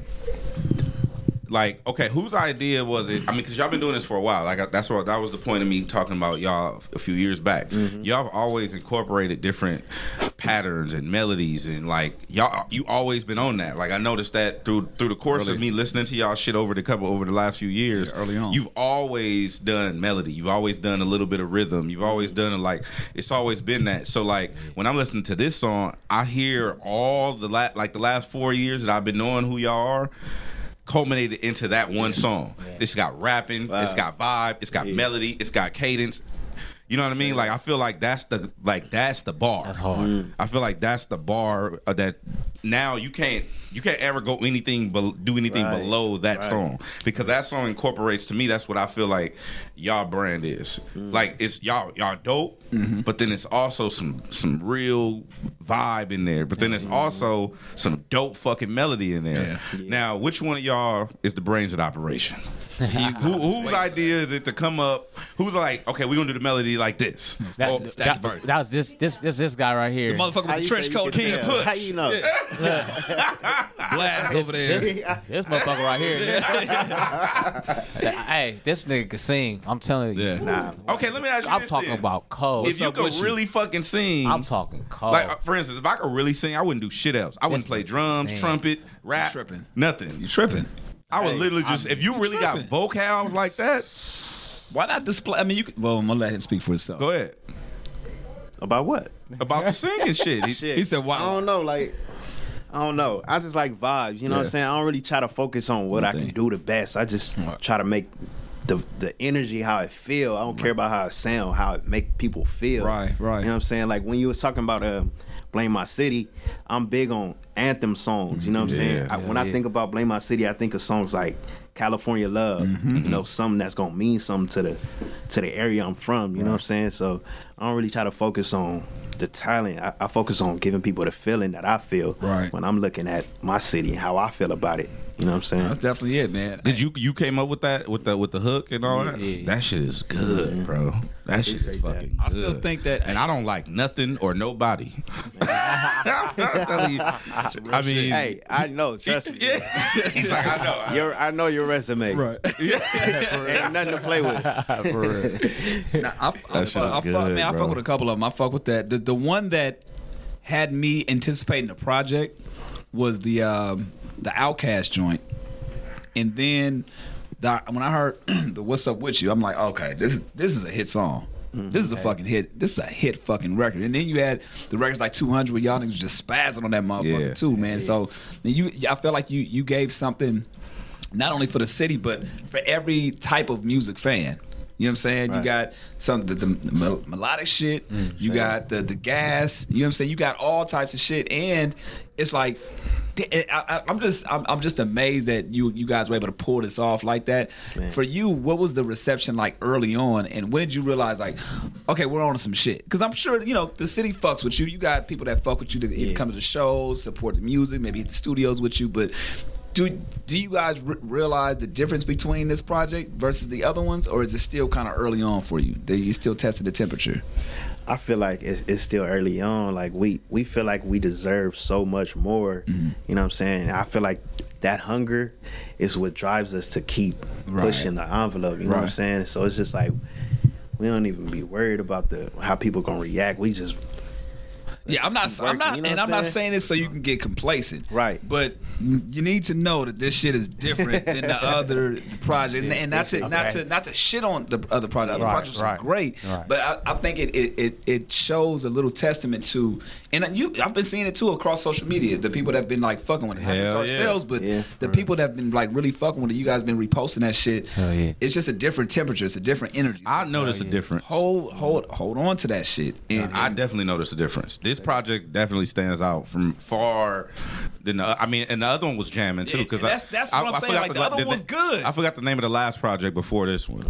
C: like, okay, whose idea was it? I mean, because y'all been doing this for a while. Like, I, that's what that was the point of me talking about y'all a few years back. Y'all have always incorporated different patterns and melodies, and like y'all, you always been on that. Like, I noticed that through through the course of me listening to y'all shit over the couple over the last few years.
B: early on.
C: you you've always done melody. You've always done a little bit of rhythm.
E: Mm-hmm.
C: You've always done a, like it's always been that. So like when I'm listening to this song, I hear all the la- like the last four years that I've been knowing who y'all are. Culminated into that one song. It's got rapping, it's got vibe, it's got melody, it's got cadence. You know what I mean? Like I feel like that's the like that's the bar.
D: That's hard.
E: Mm.
C: I feel like that's the bar uh, that now you can't you can't ever go anything bel do anything
E: Right.
C: below that
E: Right.
C: song because that song incorporates to me that's what I feel like y'all brand is
B: Mm.
C: like it's y'all y'all dope
B: Mm-hmm.
C: but then it's also some some real vibe in there but then
B: Mm-hmm.
C: it's also some dope fucking melody in there now which one of y'all is the brains of the operation Who, whose idea is it to come up who's like okay we're gonna do the melody like this Oh,
D: That,
C: Or-
B: that's
D: that,
B: the verdict.
D: that was this this this this guy right here.
B: Motherfucker with the
E: say
B: trench
E: you
B: coat,
E: can
B: King
E: tell?
B: Push,
E: How you know?
B: blast
D: this,
B: over there.
D: This, this motherfucker right here. This, hey, this nigga can sing. I'm telling you.
B: Yeah.
E: Nah.
C: okay let me ask you
D: I'm
C: this
D: talking
C: then.
D: about cold.
C: if you
B: up
C: could
B: with you?
C: really fucking sing,
D: I'm talking cold.
C: like uh, for instance, if I could really sing, I wouldn't do shit else. I wouldn't
D: This
C: play
D: nigga
C: drums,
D: sing.
C: trumpet, rap,
B: tripping.
C: nothing.
B: You tripping?
C: I would literally just if you really got
B: tripping.
C: vocals like that,
B: Why not display? I mean, you. Could, well, I'm gonna let him speak for himself.
C: go ahead.
E: About what?
C: About the singing shit.
E: Shit.
B: He said, "Wow."
E: I don't know, like I don't know. I just like vibes, you know what
B: Yeah.
E: I'm saying? I don't really try to focus on what I can
B: thing.
E: do the best. I just try to make the the energy how it feel. I don't care about how it sound, how it make people feel.
B: Right, right.
E: You know what I'm saying? Like when you was talking about uh, Blame My City, I'm big on anthem songs, you know what I'm saying? I, when I think about Blame My City, I think of songs like California Love, you know, something that's gonna mean something to the to the area I'm from. You know what I'm saying? So I don't really try to focus on the talent. I, I focus on giving people the feeling that I feel
B: Right.
E: when I'm looking at my city and how I feel about it. You know what I'm saying?
B: That's definitely it, man.
C: Did you you came up with that with the with the hook and all that?
D: Yeah.
C: That shit is good, bro. That shit is fucking.
B: I still
C: good.
B: think that-
C: and I don't like nothing or nobody. I'm telling you. I mean,
E: hey, I know. Trust me.
C: yeah. He's like, I know.
E: Your, I know your resume.
B: Right.
E: Ain't nothing to play with.
B: Nah, I, I,
C: shit
B: fuck, I,
C: is
B: fuck,
C: good,
B: man, I
C: bro.
B: fuck with a couple of them. I fuck with that. The, the one that had me anticipating the project was the um, the Outcast joint, and then the, when I heard the What's Up with You, I'm like, okay, this this is a hit song.
C: Mm-hmm.
B: This is a fucking hit. This is a hit fucking record. And then you had the records like 200 where y'all niggas just spazzing on that motherfucker
C: Yeah.
B: too, man. So then you, I feel like you you gave something not only for the city but for every type of music fan. You know what I'm saying? You got some the, the, mel- melodic shit. you got the the gas. You know what I'm saying? You got all types of shit, and it's like th- eh, I, am just I'm, I'm just amazed that you you guys were able to pull this off like that. For you, what was the reception like early on, and when did you realize like, okay, we're on to some shit? Because I'm sure you know the city fucks with you. You got people that fuck with you that either come to the shows, support the music, maybe hit the studios with you, but do do you guys re- realize the difference between this project versus the other ones, or is it still kind of early on for you? That you still testing the temperature?
E: I feel like it's, it's still early on. Like we we feel like we deserve so much more.
B: Mm-hmm.
E: You know what I'm saying? And I feel like that hunger is what drives us to keep
B: Right.
E: pushing the envelope. You know what I'm
B: Right.
E: saying? So it's just like we don't even be worried about the how people gonna react. We just
B: yeah, I'm not.
E: keep
B: I'm
E: working,
B: not,
E: you know
B: and
E: what
B: I'm
E: I'm
B: not
E: saying?
B: saying this so you can get complacent,
E: Right.
B: But you need to know that this shit is different than the other project, and, and not to not to not to shit on the other project. Other
F: Right,
B: projects are
F: right,
B: great,
F: right.
B: but I, I think it, it it it shows a little testament to, and you I've been seeing it too across social media. The people that have been like fucking with it, not just
C: Hell yeah.
B: ourselves, but
E: Yeah.
B: the people that have been like really fucking with it. You guys been reposting that shit.
F: Hell yeah.
B: It's just a different temperature. It's a different energy.
C: I
B: So
C: noticed a difference.
B: Hold hold hold on to that shit. And,
C: I definitely noticed a difference. This project definitely stands out from far than the. I mean, and the other one was jamming too. Because
B: Yeah, that's- that's what I'm saying, like, the other one was good.
C: I forgot the name of the last project before this one.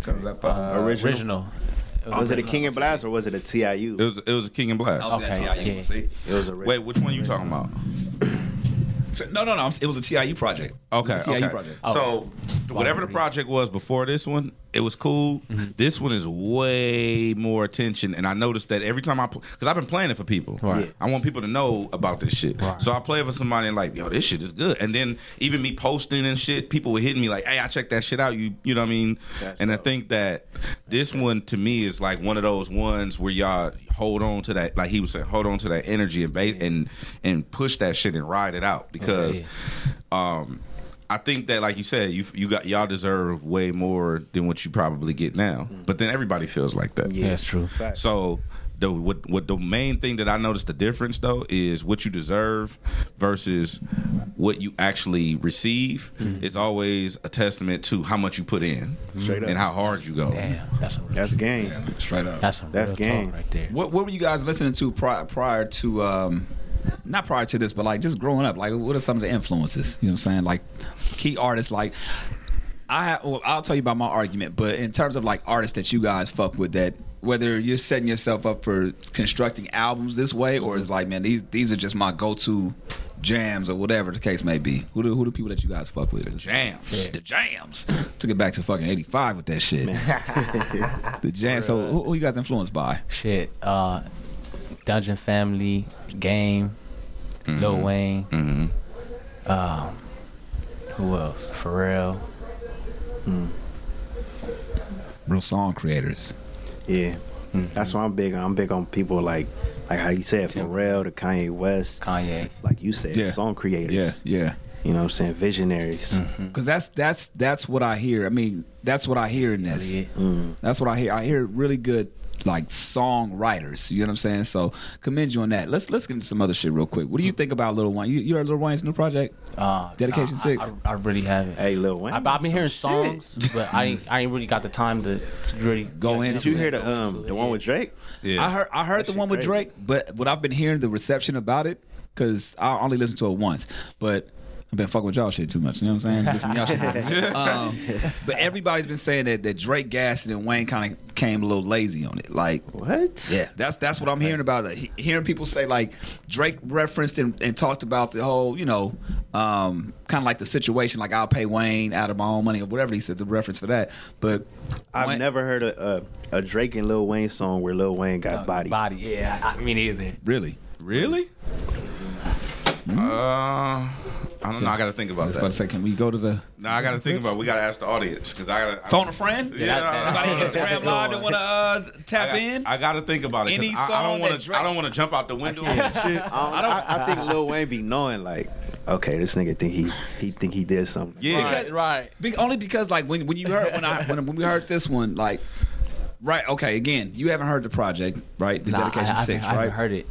E: original.
F: Original.
E: Was it a King and Blast or was it a TIU?
C: It was it was King and Blast.
B: I was
F: Okay,
B: at TIU.
F: yeah.
B: See?
E: It was a
C: Wait, which one you talking about?
B: So- no, no, no. I'm- It was a TIU project. It
C: Okay.
B: was a TIU
C: okay.
B: project.
E: Oh.
C: So whatever the project was before this one, it was cool.
E: Mm-hmm.
C: This one is way more attention, and I noticed that every time I because I've been playing it for people.
F: Right.
C: I want people to know about this shit. So I play it for somebody and like, yo, this shit is good. And then even me posting and shit, people were hitting me like, hey, I checked that shit out. You you know what I mean?
E: That's
C: and I
E: dope.
C: think that this one to me is like one of those ones where y'all hold on to that, like he was saying, hold on to that energy and ba- and and push that shit and ride it out because
F: yeah.
C: um I think that, like you said, you you got y'all deserve way more than what you probably get now.
E: Mm.
C: But then everybody feels like that.
F: Yeah, that's true.
C: So the what what the main thing that I noticed the difference though is what you deserve versus what you actually receive is always a testament to how much you put in
E: Mm-hmm. Straight up.
C: and how hard you go.
F: Damn, that's a real,
E: That's game.
B: straight up.
F: that's some
E: That's
F: real
E: game.
F: talk right there.
B: What What were you guys listening to prior, prior to, um, not prior to this, but like just growing up? Like, what are some of the influences? You know what I'm saying? Like, key artists, like, I have, well, I'll tell you about my argument, but in terms of like artists that you guys fuck with that, whether you're setting yourself up for constructing albums this way, or it's like, man, these these are just my go to jams or whatever the case may be. Who the, who the people that you guys fuck with?
C: Jams.
B: The jams. Took it back to fucking 85 with that shit. the jam. So who, who you guys influenced by?
F: Shit, uh, Dungeon Family, Game,
B: Mm-hmm.
F: Lil Wayne. Um, who else? Pharrell.
B: Real song creators.
E: Yeah.
B: Mm-hmm.
E: That's why I'm big. on. I'm big on people like, like how you said, Pharrell, to Kanye West,
F: Kanye.
E: like you said,
B: Yeah.
E: song creators.
B: yeah.
E: You know what I'm saying? Visionaries.
B: Cause that's that's that's what I hear. I mean, that's what I hear in this.
F: Elliott.
B: That's what I hear. I hear really good like songwriters. You know what I'm saying? So commend you on that. Let's let's get into some other shit real quick. What do you think about Lil Wayne? You, you heard Lil Wayne's new project?
F: Uh,
B: Dedication
F: nah, I-
B: Six.
F: I, I really haven't.
E: Hey, Lil Wayne.
F: I, I've been hearing
E: some shit.
F: songs, but I ain't, I ain't really got the time to really
B: Go into
E: Did you hear the um the one with Drake?
C: Yeah.
B: I heard I heard the
E: shit
B: one with
E: crazy.
B: Drake, but what I've been hearing the reception about it, because I only listened to it once, but I've been fucking with y'all shit too much. You know what I'm saying? Listen to y'all shit. Um, but everybody's been saying that, that Drake gassed it and Wayne kind of came a little lazy on it. Like,
E: What?
B: yeah, that's that's what I'm hearing about. it. He- Hearing people say like Drake referenced and, and talked about the whole, you know, um, kind of like the situation, like I'll pay Wayne out of my own money or whatever he said the reference for that. But
E: I've
B: Wayne-
E: never heard a, a a Drake and Lil Wayne song where Lil Wayne
B: Uh,
E: got body.
F: Body, yeah. I I mean, either.
B: really.
C: Really?
E: Hmm?
C: Uh, I don't know. I gotta think about
B: I was about to say,
C: that.
B: can we go to the
C: No, I gotta think about. We gotta ask the audience because I gotta I-
B: phone a friend?
C: Yeah, I- I-
B: Anybody Instagram live that want to uh,
C: I,
B: tap
C: got-
B: in?
C: I gotta think about it. 'cause
B: Any
C: I, I
B: song
C: don't want
B: that
C: to. I don't want to jump out the window and shit.
E: I, don't, I, I think Lil Wayne be knowing like, okay, this nigga think he he think he did something.
C: Yeah,
B: Because- Be- only because like when when you heard when I when, when we heard this one like. Right. Okay. Again, you haven't heard the project, right? The
F: Nah,
B: dedication
F: I, I,
B: six,
F: I, haven't
B: right?
F: heard it.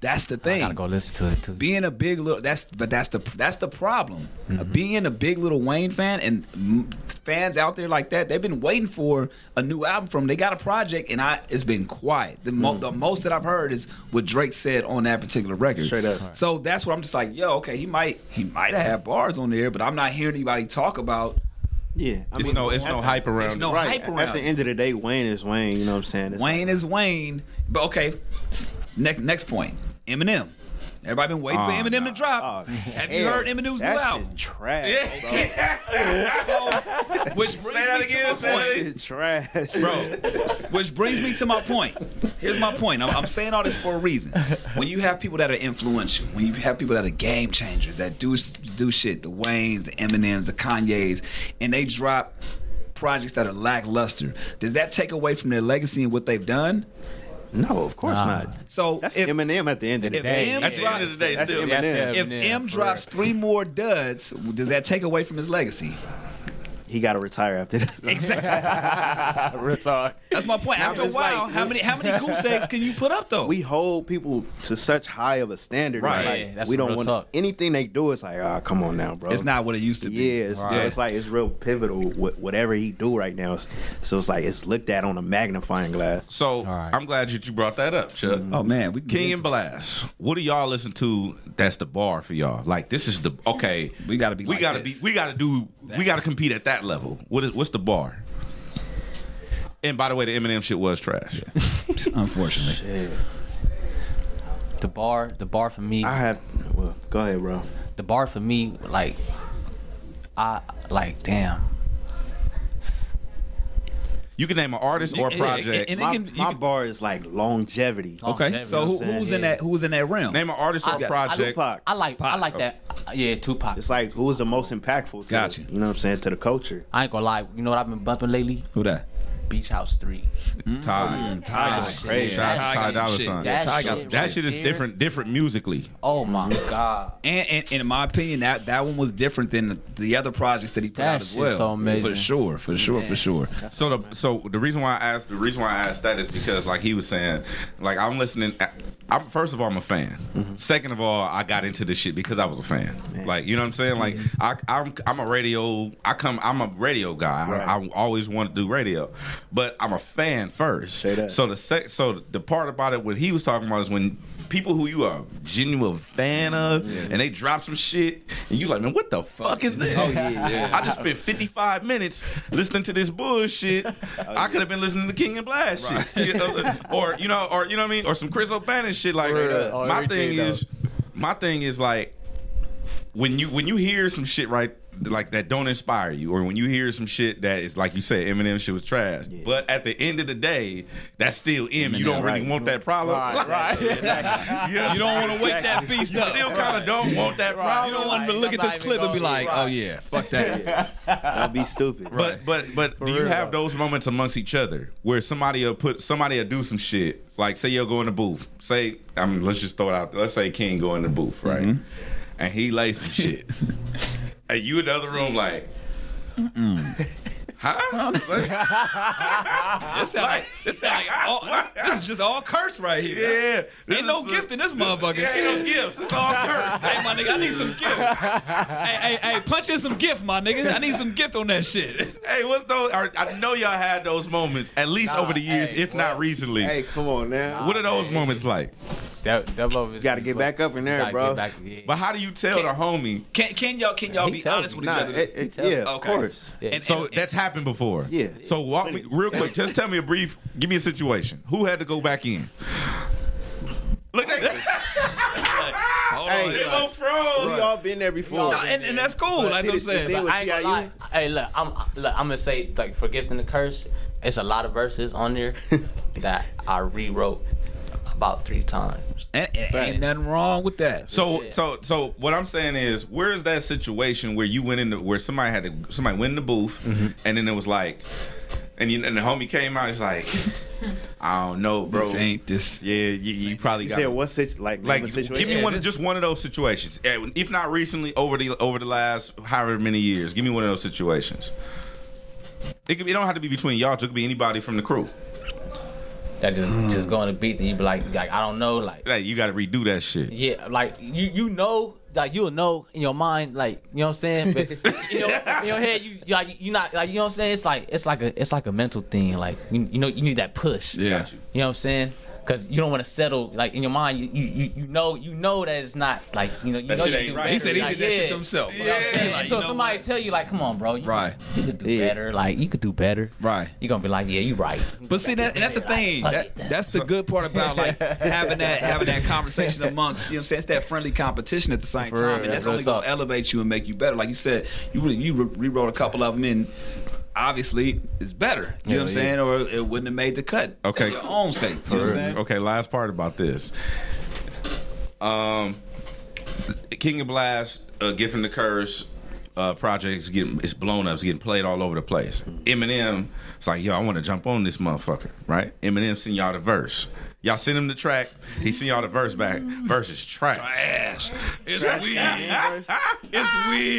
B: That's the
F: I
B: thing.
F: gotta go listen to it too.
B: being a big little that's but that's the that's the problem
E: Mm-hmm.
B: being a big little wayne fan and m- fans out there like that they've been waiting for a new album from they got a project and i it's been quiet the,
E: Mm.
B: mo- the most that i've heard is what drake said on that particular record
E: Straight up.
B: so that's what i'm just like yo okay he might he might have bars on there but i'm not hearing anybody talk about
E: Yeah, I
C: it's no. It's no hype around.
B: it's
C: it.
B: no
E: Right.
B: hype around
E: At the
B: it.
E: end of the day, Wayne is Wayne. You know what I'm saying? It's
B: Wayne is Wayne. But okay, next next point. Eminem. Everybody been waiting for
C: Oh,
B: Eminem to drop.
E: Oh,
B: Have you
E: Ah, hell,
B: heard Eminem's new
E: that shit
B: album?
E: Trash. bro.
B: So, which brings
C: that
B: me
C: again,
B: to
C: say
B: my
C: that
B: point.
C: again.
E: Shit trash.
B: Bro, which brings me to my point. Here's my point. I'm, I'm saying all this for a reason. When you have people that are influential, when you have people that are game changers, that do do shit, the Waynes, the Eminems, the Kanyes, and they drop projects that are lackluster, does that take away from their legacy and what they've done?
E: No, of course not.
B: So
E: That's
B: if,
E: Eminem at the end of the
B: if
E: day.
B: M
C: At the
B: drop-
C: end of the day,
E: That's
C: still.
E: Eminem.
B: if M drops three more duds, does that take away from his legacy?
E: He got to retire after this.
B: Exactly. That's my point. After a
E: it's like-
B: while, how many how many goose eggs can you put up though?
E: we hold people to such high of a standard. Right.
B: Right.
E: Like,
F: Yeah, that's
E: we don't
F: real
E: want
F: talk.
E: anything they do. It's like, ah, come on now, bro.
B: it's not what it used to be.
E: Yeah, it's, so it's like it's real pivotal. What, whatever he do right now, It's- so it's like it's looked at on a magnifying glass.
C: So
F: right.
C: I'm glad that you brought that up, Chuck.
B: Oh man, we can
C: King
B: get
C: and
B: into-
C: Blast. What do y'all listen to? That's the bar for y'all. Like this is the okay.
B: We gotta be
C: We
B: like
C: gotta
B: this.
C: be. We gotta do. We gotta compete at that level. What is? What's the bar? And by the way, the Eminem shit was trash.
B: unfortunately.
F: the bar, the bar for me,
E: I have. Well, go ahead, bro.
F: the bar for me, like, I like, damn,
C: You can name an artist or a
B: Yeah, and-
C: project.
B: and-
E: My,
B: can- you
E: my
B: can-
E: bar is like longevity.
B: Okay, so who,
E: saying?
B: who's in
F: Yeah.
B: that who's in that realm?
C: name an artist or
F: I-
C: a
F: I-
C: project.
E: Tupac.
F: I like, I like that. Yeah, Tupac.
E: It's like who's the most impactful? To,
B: Gotcha.
E: You know what I'm saying to the culture.
F: I ain't gonna lie. You know what I've been bumping lately?
B: Who that?
F: Beach House Three.
B: Mm-hmm.
C: Ty.
B: Ty.
F: That shit-
E: crazy.
F: that
C: Ty-
F: shit-
C: Ty Dolla
B: shit.
C: Sign.
B: Yeah,
F: That
B: Ty got
F: shit
B: some
C: That
F: right
C: shit is
F: there.
C: different. Different musically.
F: Oh my
E: Mm-hmm.
F: god.
B: And, and, and in my opinion, that, that one was different than the, the other projects that he put
F: That
B: out as
F: shit's
B: well.
F: so amazing.
B: For sure, for sure, for sure.
C: So the so the reason why I asked the reason why I asked that is because like he was saying, like I'm listening. I'm first of all I'm a fan.
B: Mm-hmm.
C: Second of all, I got into this shit because I was a fan. Like you know what I'm saying. Like
B: Mm-hmm.
C: I, I'm I'm a radio. I come. I'm a radio guy. I, I always wanted to do radio, but I'm a fan first.
E: Say that.
C: So the sec, so the part about it when he was talking about is when. People who you are a genuine fan of, and they drop some shit, and you like, man, what the fuck is this? I just spent 55 minutes listening to this bullshit. I could have been listening to King and Blast shit, you know, or you know, or you know what I mean, or some Chris O'Bannon shit. Like uh,
F: Oh,
C: my
F: everything
C: thing is, my thing is like when you when you hear some shit right like that don't inspire you or when you hear some shit that is like you said Eminem shit was trash but at the end of the day that's still M you don't really
E: right.
C: want that problem right,
B: You don't want to wake that beast up.
C: still kind of don't want that problem
B: You don't want to look at this clip and be like, oh yeah, fuck that.
E: That'd be stupid.
C: But but but do you have those moments amongst each other where somebody will put somebody will do some shit like say you'll go in the booth say I mean let's just throw it out there. let's say King go in the booth right
B: Mm-hmm.
C: and he lay some shit and you in the other room like huh
B: This sound like, this sound like all, this, this is just all curse right here.
C: yeah
B: Ain't no gift in this motherfucker.
C: yeah, ain't no gifts it's all cursed
B: Hey, my nigga, I need some gift. hey, hey, hey, punch in some gift, my nigga. I need some gift on that shit.
C: hey what's those or, I know y'all had those moments at least over the years if not recently
E: hey, come on now.
C: what are those moments like
D: that that love is.
E: Got to get back up in there,
D: Gotta
E: bro.
D: get back- yeah.
C: But how do you tell the homie?
B: Can, can y'all can y'all
D: He
B: be
D: tells
B: honest
D: me.
B: with each
E: Nah,
B: other?
E: it, it,
D: tell-
E: yeah, of
B: Okay.
E: course.
D: Yeah.
B: And-
C: So
B: and-
C: that's happened before.
E: Yeah.
C: So walk me real quick. Just tell me a brief. Give me a situation. Who had to go back in? Look at that.
B: Hold on,
E: Hey.
B: hold on.
C: Lil froze.
E: We all been there before.
B: No, and, and that's cool. That's
E: But see,
B: what I'm
E: the- the
B: saying.
E: thing with
D: I ain't gonna
E: TIU
D: lie. Hey, look, I'm look, I'm gonna say like forgiving the curse. It's a lot of verses on there that I rewrote about three times.
B: And, and ain't
D: Facts.
B: nothing wrong with that.
C: So
D: Yeah.
C: so so what I'm saying is, where's that situation where you went in the, where somebody had to somebody went in the booth, and then it was like, and you, and the homie came out, he's like, I don't know, bro.
B: This
C: Yeah,
B: ain't this.
C: you, you probably
E: You
C: got
E: said what situ- like, name
C: like
E: a
C: give
E: situation?
C: me one of just one of those situations, Eh, if not recently over the over the last however many years. Give me one of those situations. It, could, it don't have to be between y'all. two. It could be anybody from the crew.
D: That just just going to beat and you be like like I don't know like
C: Like you got to redo that shit.
D: Yeah, like you you know, like you'll know in your mind, like you know what I'm saying. But in, your, in your head, you you like you not like you know what I'm saying. It's like it's like a it's like a mental thing. Like you, you know you need that push.
B: Yeah.
D: You know what I'm saying? Because you don't want to settle. Like in your mind, you, you you you know you know that it's not like you know you
C: That
D: know
C: shit
D: you
C: ain't
D: do
C: right.
D: better.
C: He said he
D: Like,
B: did that shit
D: yeah.
B: to himself.
D: You know what I'm saying?
B: Like,
D: so
B: you know
D: somebody
B: what?
D: tell you like, come on, bro, you,
B: Right.
D: you could do
E: Yeah.
D: better. Like you could do better.
B: Right.
D: You're gonna be like, yeah, you right.
B: But see that, and that's the thing. That, that's the good part about like having that having that conversation amongst you know what I'm saying. It's that friendly competition at the same time,
D: real,
B: and that's
D: real
B: only gonna
D: talk.
B: elevate you and make you better. Like you said, you re- you re- rewrote a couple of them, and obviously it's better. You know what I'm
D: Yeah, yeah.
B: saying, or it wouldn't have made the cut.
C: Okay.
B: That's your own sake. You know what I'm saying?
C: Okay, last part about this. Um, King of Blast, uh, Gift and the Curse. Uh, projects getting it's blown up, it's getting played all over the place. Eminem, it's like yo, I want to jump on this motherfucker, right? Eminem send y'all the verse, y'all send him the track, he send y'all the verse back. Verse is trash.
B: Ash. It's weak.
C: it's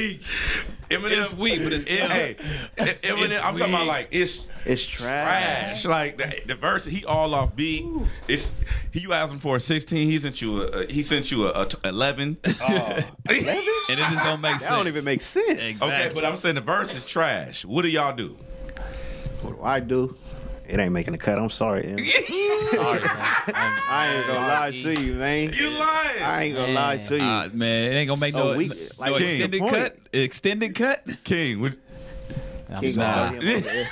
C: weak. Eminem,
B: It's weak, but it's-
C: hey, Eminem,
B: It's
C: I'm talking about
B: weak.
C: like it's
E: It's trash.
C: trash. Like the, the verse, he all off beat. It's he, you asked him for a sixteen. He sent you a, a he sent you a, a t- eleven.
B: And it just don't make sense.
E: Oh. That don't even make sense.
C: okay, but I'm saying the verse is trash. What do y'all do?
E: What do I do? It ain't making a cut. I'm sorry. Em.
D: Sorry, man.
E: I ain't gonna lie to you, man.
C: You lying?
E: I ain't gonna lie to you.
B: Uh, man, it ain't gonna make no,
E: A week,
B: no
E: like,
B: extended
E: point.
B: cut. Extended cut.
C: King, what,
D: I'm
E: King
D: sorry.
E: throwing him on there.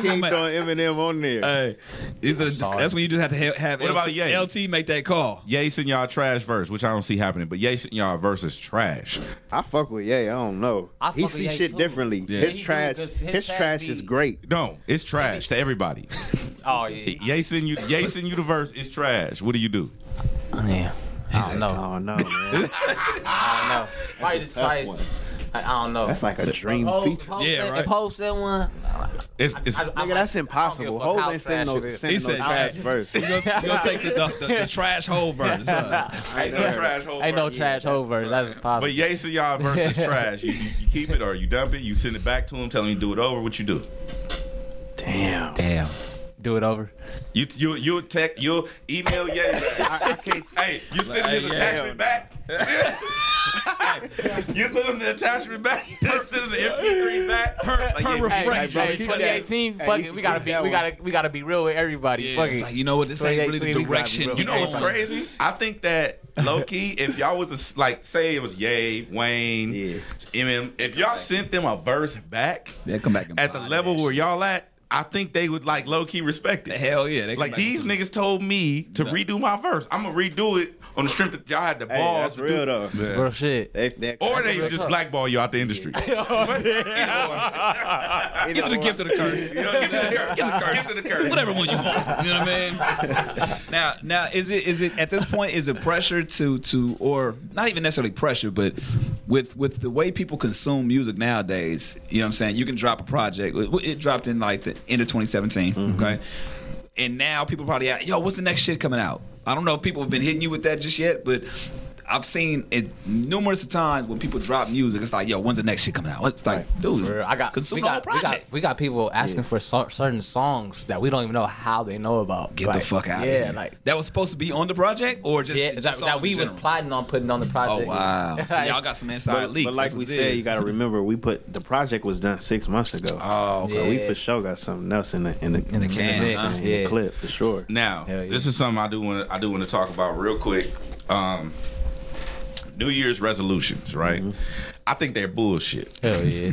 E: King throwing Eminem on there.
B: Hey, these are the- that's when you just have to have, have
C: What
B: LT,
C: about Ye?
B: LT make that call.
C: Ye sent y'all a trash verse, which I don't see happening. But Ye sent y'all a verse is trash.
E: I fuck with Ye. I don't know.
D: I fuck
E: he
D: with
E: see
D: Ye
E: shit
D: too.
E: differently.
D: Yeah.
E: His
D: He do,
E: trash,
D: 'cause
E: his,
D: his trash
E: trash
D: be-
E: is great.
C: No, it's trash to everybody.
D: Oh yeah.
C: Ye sent you, Ye sent you the verse. It's trash. What do you do?
D: oh, Yeah. I don't know.
E: Oh no, man.
D: I don't know. Probably just
E: tough
D: try.
E: one.
D: I, I don't know.
E: That's like a dream
D: Poe-
E: feature.
D: Poe
B: Yeah,
D: said-
B: right.
D: If Poe said one,
C: It's, it's
E: Nigga, that's impossible.
D: I don't give a fuck
E: Hov
D: how
E: ain't sending no,
D: trash it is.
E: sending
B: He
E: no
B: said
E: trash
B: trash.
E: verse.
B: You gonna, you gonna take the, the, the, the trash hole verse. huh?
C: ain't no trash. Whole
D: ain't no
C: verse.
D: trash over. That's
C: But
D: impossible.
C: Ye sent y'all a verse is trash. You, you, you keep it or you dump it. You send it back to him, tell him you do it over. What you do?
E: Damn.
D: Damn. Do it over.
C: You you you text you email Ye back.
E: I, I can't.
C: hey, you send him the
B: yeah.
C: attachment back. Hey, you send him the attachment back. You send him the MP3 back. Like,
B: per
C: yeah,
B: refresh.
D: Hey,
B: Frank,
E: bro,
D: hey,
E: keep that.
D: 2018.
E: Hey,
D: Fuck
E: you
D: it.
E: can
D: We gotta
E: keep
D: be.
E: that
D: We
E: one.
D: gotta. We gotta be real with everybody.
B: Yeah,
D: Fuck
B: it's
D: it.
B: like, you know what? This ain't really the
D: 2018, we gotta be
B: direction.
D: real.
C: You know what's
D: Hey,
C: crazy? I think that low key, if y'all was just like, say it was Ye, Wayne,
E: Yeah.
C: MM, if y'all sent them a verse back
B: They come back and
C: at the
B: buy
C: level
B: that
C: where
B: shit.
C: y'all at, I think they would like low key respect it.
B: hell yeah, they come
C: Like
B: back and
C: these
B: see.
C: niggas told me to redo my verse. I'm gonna redo it on the strength that y'all had the
E: Hey,
C: balls.
E: that's
C: to do-
E: real though.
D: Bro, shit.
E: They, they,
C: Or
E: that's
C: they
E: real
C: just
E: talk.
C: blackball you out the industry.
E: Either
B: Either the
E: or.
B: gift or the curse.
C: You know, give it the curse. Give it the curse.
B: Whatever one you want. You know what I mean? Now, now is it is it at this point is it pressure to to or not even necessarily pressure, but with with the way people consume music nowadays, you know what I'm saying? You can drop a project. It it dropped in like the end of 2017,
D: Mm-hmm.
B: okay? And now people probably out, yo, what's the next shit coming out? I don't know if people have been hitting you with that just yet, but I've seen it numerous of times when people drop music. It's like, yo, when's the next shit coming out? It's like, dude,
D: For real. I got
B: consume
D: we
B: the whole
D: got, we got
B: project.
D: we got people asking for so- certain songs that we don't even know how they know about.
B: Get
D: Like,
B: the fuck out.
D: yeah,
B: of here.
D: like
B: that was supposed to be on the project or just,
D: yeah,
B: just
D: that, that
B: songs
D: we
B: in
D: was
B: general?
D: plotting on putting on the
B: Oh
D: project.
B: wow! So
D: Like,
B: y'all got some inside
E: But,
B: leaks.
E: but like
B: That's
E: we
B: what it
E: said,
B: is.
E: you got to remember we put the project was done six months ago.
C: Oh,
E: so we
D: yeah.
E: for sure got something else in the in the in
D: the can,
E: the- in
D: yeah.
E: the clip for sure.
C: Now,
D: Hell yeah.
C: this is something I do want to I do want to talk about real quick. Um, New Year's resolutions, right?
E: Mm-hmm.
C: I think they're bullshit.
D: Hell yeah.